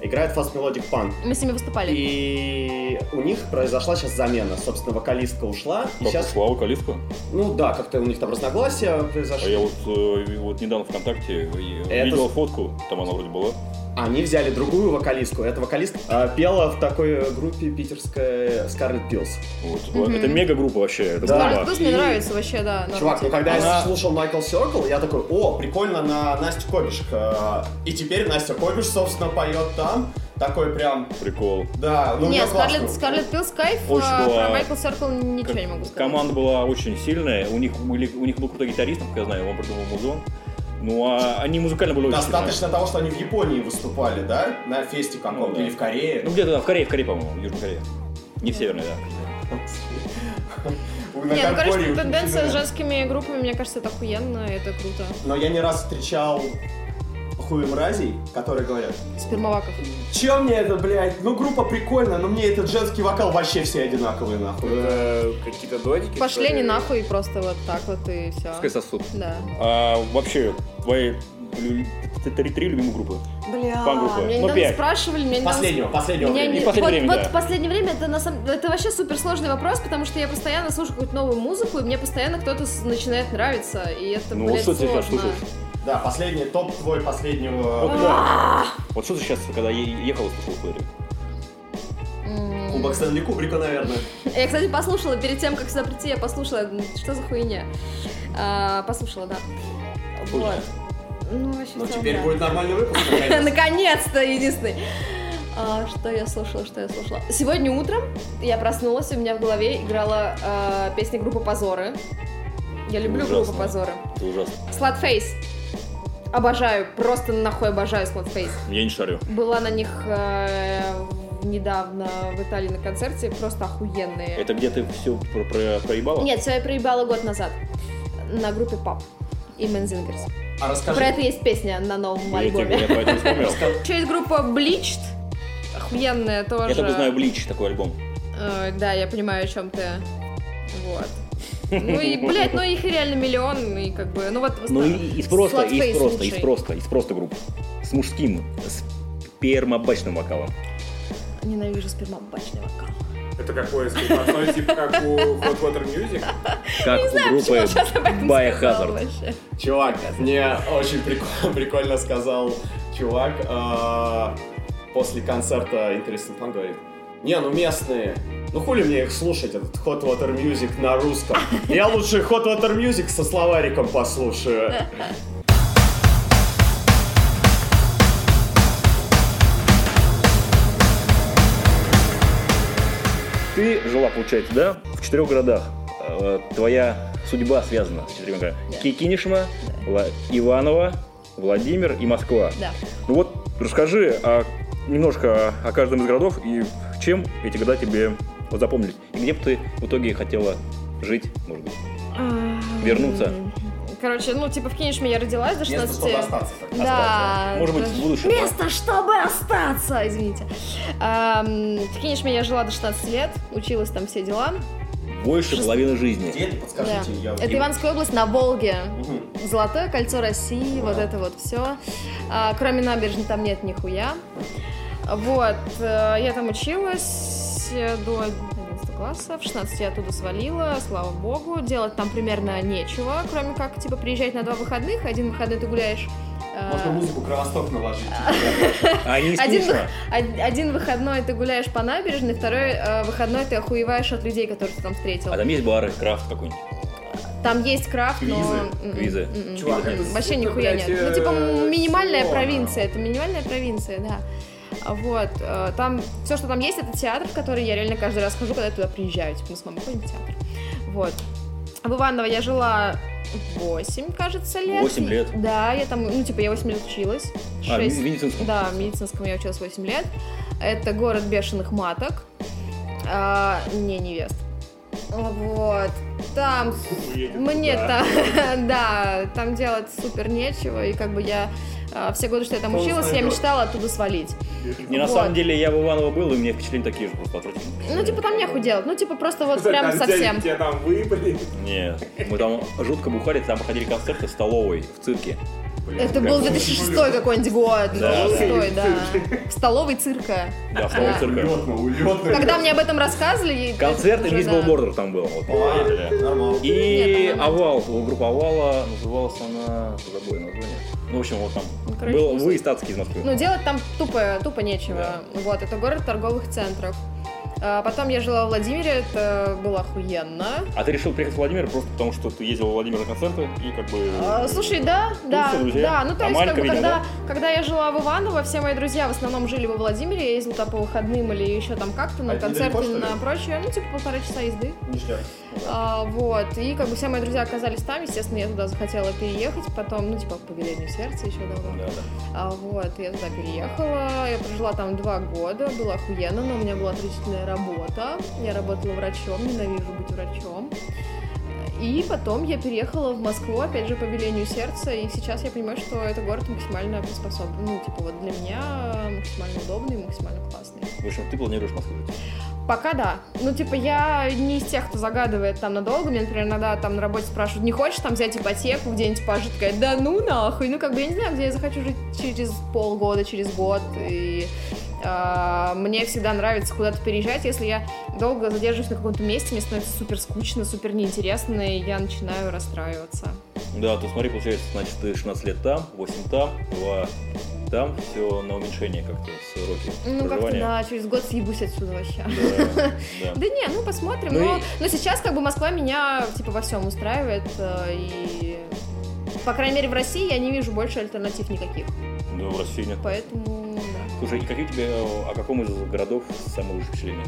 Играет Fast Melodic Punk.
Мы с ними выступали.
И у них произошла сейчас замена. Собственно, вокалистка ушла. И
Сейчас...
сейчас,
Слава Калиска.
ну да, как-то у них там разногласия
А
произошли.
я вот, э, вот недавно ВКонтакте и
Это
видел
с-
фотку, там она вроде была.
Они взяли другую вокалистку. Эта вокалистка э, пела в такой группе питерской э, Scarlet Pills.
Вот.
Мгм.
Это мега группа вообще. Это
Да.
бомба.
Scarlet Plus мне
и-
нравится вообще, да. норм.
Чувак, ну когда
Она-
я слушал Майкл Circle, я такой, о, прикольно на Настю Кобишек. э, И теперь Настя Кобиш, собственно, поет там. Такой прям,
Прикол.
да, ну у
Не,
неё
Скарлетт,
классно.
Скарлетт Пилс кайф,
Очень
а
была-
про Майкл Серкл ничего
Как-
не могу сказать.
Команда была очень сильная, у них, были, у них был крутой гитарист, как я знаю, он придумал музон. Ну, а они музыкально были очень
Достаточно того, что они в Японии выступали, да? На фесте каком-то
Ну да.
или в
сильные. Ну,
Корее.
где-то да, в Корее, в Корее, по-моему, в Южной Корее. Не в Северной, да.
У- на
Не, ну, короче,
Конкоре
тенденция
удивительно.
с женскими группами, мне кажется, это охуенно, это круто.
Но я не раз встречал хуем мразей, которые говорят,
Спермоваков.
Че мне это, блядь? Ну, группа прикольная, но мне этот женский вокал вообще все одинаковые, нахуй.
Э, Какие-то додики.
Пошли
что ли?
они нахуй просто вот так вот и все.
Пускай сосуд.
Да.
А вообще, твои лю- т- три, три любимые группы?
Бля,
Панк-группа.
меня
Ну,
недавно
пять.
спрашивали, меня недавно
Последнего, последнего
Меня
времени.
не-
И последнее
вот,
время,
вот
да.
последнее время это на самом это вообще суперсложный вопрос, потому что я постоянно слушаю какую-то новую музыку, и мне постоянно кто-то с- начинает нравиться. И это
Ну, вот
блядь,
что ты
сложно. А!
сейчас слушаешь?
Да, последний топ твой последнего
Вот, да. Вот что ты сейчас, когда е- ехал, слушал Флэри?
М.
кубок Стэнли Кубрика, наверное.
Я, кстати, послушала перед тем, как сюда прийти, я послушала, м, что за хуйня. А, послушала, да. Вот. Ну, вообще, в
Ну,
целом,
теперь
да. *laughs*
будет нормальный выпуск, наконец.
Наконец-то, единственный. А, что я слушала, что я слушала. Сегодня утром я проснулась, и у меня в голове играла а, песня группы Позоры. Я люблю
Ужасно.
группу Позоры.
Это ужасно.
Сладфейс. Обожаю, просто нахуй обожаю Сладфейс.
Я не шарю.
Была на них э, недавно в Италии на концерте, просто охуенные.
Это где ты все про про- проебала?
Нет, все я проебала год назад на группе Пап и Мензингерс.
А
Про
расскажи,
это есть песня на новом
Я тебе-
альбоме.
Я поэтому
*laughs*
вспомнил.
Еще есть группа Bleached, охуенная тоже.
Я только знаю Блич, такой альбом.
Э, да, я понимаю, о чем ты. Вот. Ну
*laughs*
и, блядь, ну их реально миллион, и как бы, ну вот... в
Ну и-
основном
и из просто,
Slutface
из просто, из
лучший.
просто, из просто групп. С мужским, с пермобачным
*laughs*
вокалом.
Ненавижу спермобачный вокал.
Это какой скрипачной тип, типа как у Hot Water Music?
Как
Не знаю,
у
почему я
группы
Типа, сейчас об этом сказала
Biohazard.
вообще.
чувак, мне очень прикольно, *laughs* прикольно сказал чувак а, после концерта Интересный Пан говорит, не, ну местные, ну хули мне их слушать, этот Hot Water Music на русском. Я лучше Hot Water Music со словариком послушаю.
Ты жила, получается, да, в четырех городах. Э, Твоя судьба связана с четырьмя городами.
Да.
Кикинишма, Вла- Иваново, Владимир и Москва.
Да.
Ну вот, расскажи а, немножко о каждом из городов и чем эти города тебе вот запомнились. И где бы ты в итоге хотела жить, может быть? Вернуться.
М, А, Короче, ну, типа, в Кинешме я родилась до 16
Место, чтобы остаться. так.
Да.
Может быть,
даже-
в будущем. да?
Место, чтобы остаться, извините. Ам, В Кинешме я жила до 16 лет, училась там все дела.
Больше половины жизни.
Где это, подскажите, я...
Да. Это Иванская область на Волге.
Мгм.
Золотое кольцо России, вот это вот все. кроме набережной там нет нихуя. Вот, э, я там училась э, до 11 класса, в 16 я оттуда свалила, слава богу. Делать там примерно нечего, кроме как, типа, приезжать на два выходных, один выходной ты гуляешь. э,
Можно музыку Кровосток
*laughs*
наложить.
А не
Один
скучно.
од- один выходной ты гуляешь по набережной, второй э, выходной ты охуеваешь от людей, которых ты там встретил.
А там есть бары, крафт какой-нибудь.
Там есть крафт, но...
Квизы,
м-м,
квизы.
м-м.
Чувак, это
Вообще
супер,
нихуя
блядь,
нет. Ну, типа,
э,
минимальная
Барселона.
провинция. Это минимальная провинция, да. Вот. э, Там все, что там есть, это театр, в который я реально каждый раз хожу, когда я туда приезжаю. Типа, мы с мамой ходим в театр. Вот. В Иваново я жила 8, кажется, лет.
Восемь лет?
Да, я там, ну, типа, я 8 лет училась.
А, в
Шесть.
медицинском.
Да, в медицинском я училась 8 лет. Это город бешеных маток. А, не невест. Вот. Там
Уедет
мне
туда.
там, *laughs* да, там делать супер нечего, и как бы я а, все годы, что я там
Полный
училась, я
снайпер.
мечтала оттуда свалить.
Не, на
Вот.
самом деле, я в Иваново был, и мне впечатления такие же просто отвратительные.
Ну, типа, там нехуй делать, ну, типа, просто вот
Там
прям
тебя-
совсем.
Тебя там выпали.
Нет, мы там жутко бухали, там проходили концерты в столовой, в цирке.
блядь.
Это был 2006 какой-нибудь год.
Да,
2006, да. В столовой цирка.
Да, в новом цирке.
Улетно, улетно.
Когда мне об этом рассказывали... я-
Концерт
это уже,
Invisible
да.
Border там был. вот.
Нормально.
И
Нет, по-моему.
Овал, у группы Овала называлась она... Забыл название. Ну, в общем, вот там.
Ну, короче,
Был
не суть.
выезд адский из Москвы.
Ну, делать там тупо, тупо нечего. Вот, это город торговых центров. А Потом я жила в Владимире, это было охуенно.
А ты решил приехать в Владимир просто потому, что ты ездил в Владимир на концерты и как бы...
А, Слушай, да, да,
все, друзья.
да. Ну, то
А
есть,
Малька,
как бы,
видимо,
когда, когда я жила в Иваново, все мои друзья в основном жили во Владимире, я ездила там по выходным или еще там как-то на
А это
концерты,
недалеко, что ли?
на прочее, ну, типа полтора часа езды.
Ништяк.
А, вот, и как бы все мои друзья оказались там, естественно, я туда захотела переехать, потом, ну, типа, по велению сердца еще давно.
Да, да.
А, вот, я туда переехала, я прожила там два года, было охуенно, но у меня была отличная работа, я работала врачом, ненавижу быть врачом. И потом я переехала в Москву, опять же, по велению сердца, и сейчас я понимаю, что это город максимально приспособлен, ну, типа, вот для меня максимально удобный, максимально классный.
В общем, ты планируешь Москву.
Пока да. Ну, типа, я не из тех, кто загадывает там надолго. Меня, например, иногда там на работе спрашивают, не хочешь там взять ипотеку где-нибудь пожить? Такая, да ну нахуй. Ну, как бы я не знаю, где я захочу жить через полгода, через год. И а, мне всегда нравится куда-то переезжать. Если я долго задерживаюсь на каком-то месте, мне становится супер скучно, супер неинтересно, и я начинаю расстраиваться.
Да, то смотри, получается, значит, ты 16 лет там, 8 там, 2 там, все на уменьшение как-то с уроки
Ну, как-то, да, через год съебусь отсюда вообще. *laughs*
да.
Да не, ну посмотрим.
Ну
но,
и-
но сейчас как бы Москва меня типа во всем устраивает. э, И по крайней мере в России я не вижу больше альтернатив никаких.
Да, в России нет.
Поэтому да.
Слушай, и какие у тебя, о каком из городов самые лучшие впечатления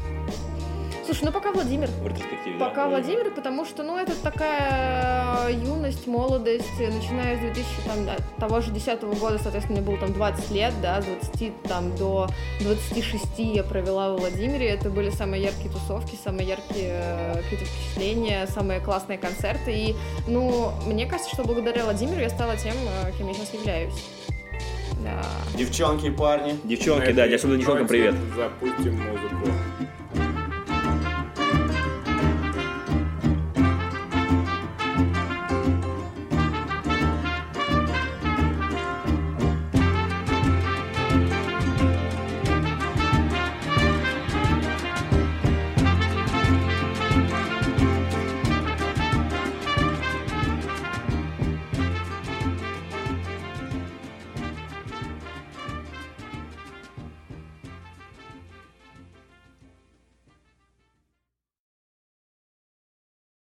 Слушай, ну пока Владимир.
в ретроспективе? да?
Пока Владимир, потому что, ну, это такая э, юность, молодость, э, начиная с 2000, там, да, того же 10 года, соответственно, мне было там 20 лет, да, с 20 там, до 26 я провела во Владимире, это были самые яркие тусовки, самые яркие э, какие-то впечатления, самые классные концерты, и, ну, мне кажется, что благодаря Владимиру я стала тем, э, кем я сейчас являюсь. Да.
Девчонки и парни.
Девчонки, да, я
девчонки,
девчонкам привет.
Запустим музыку.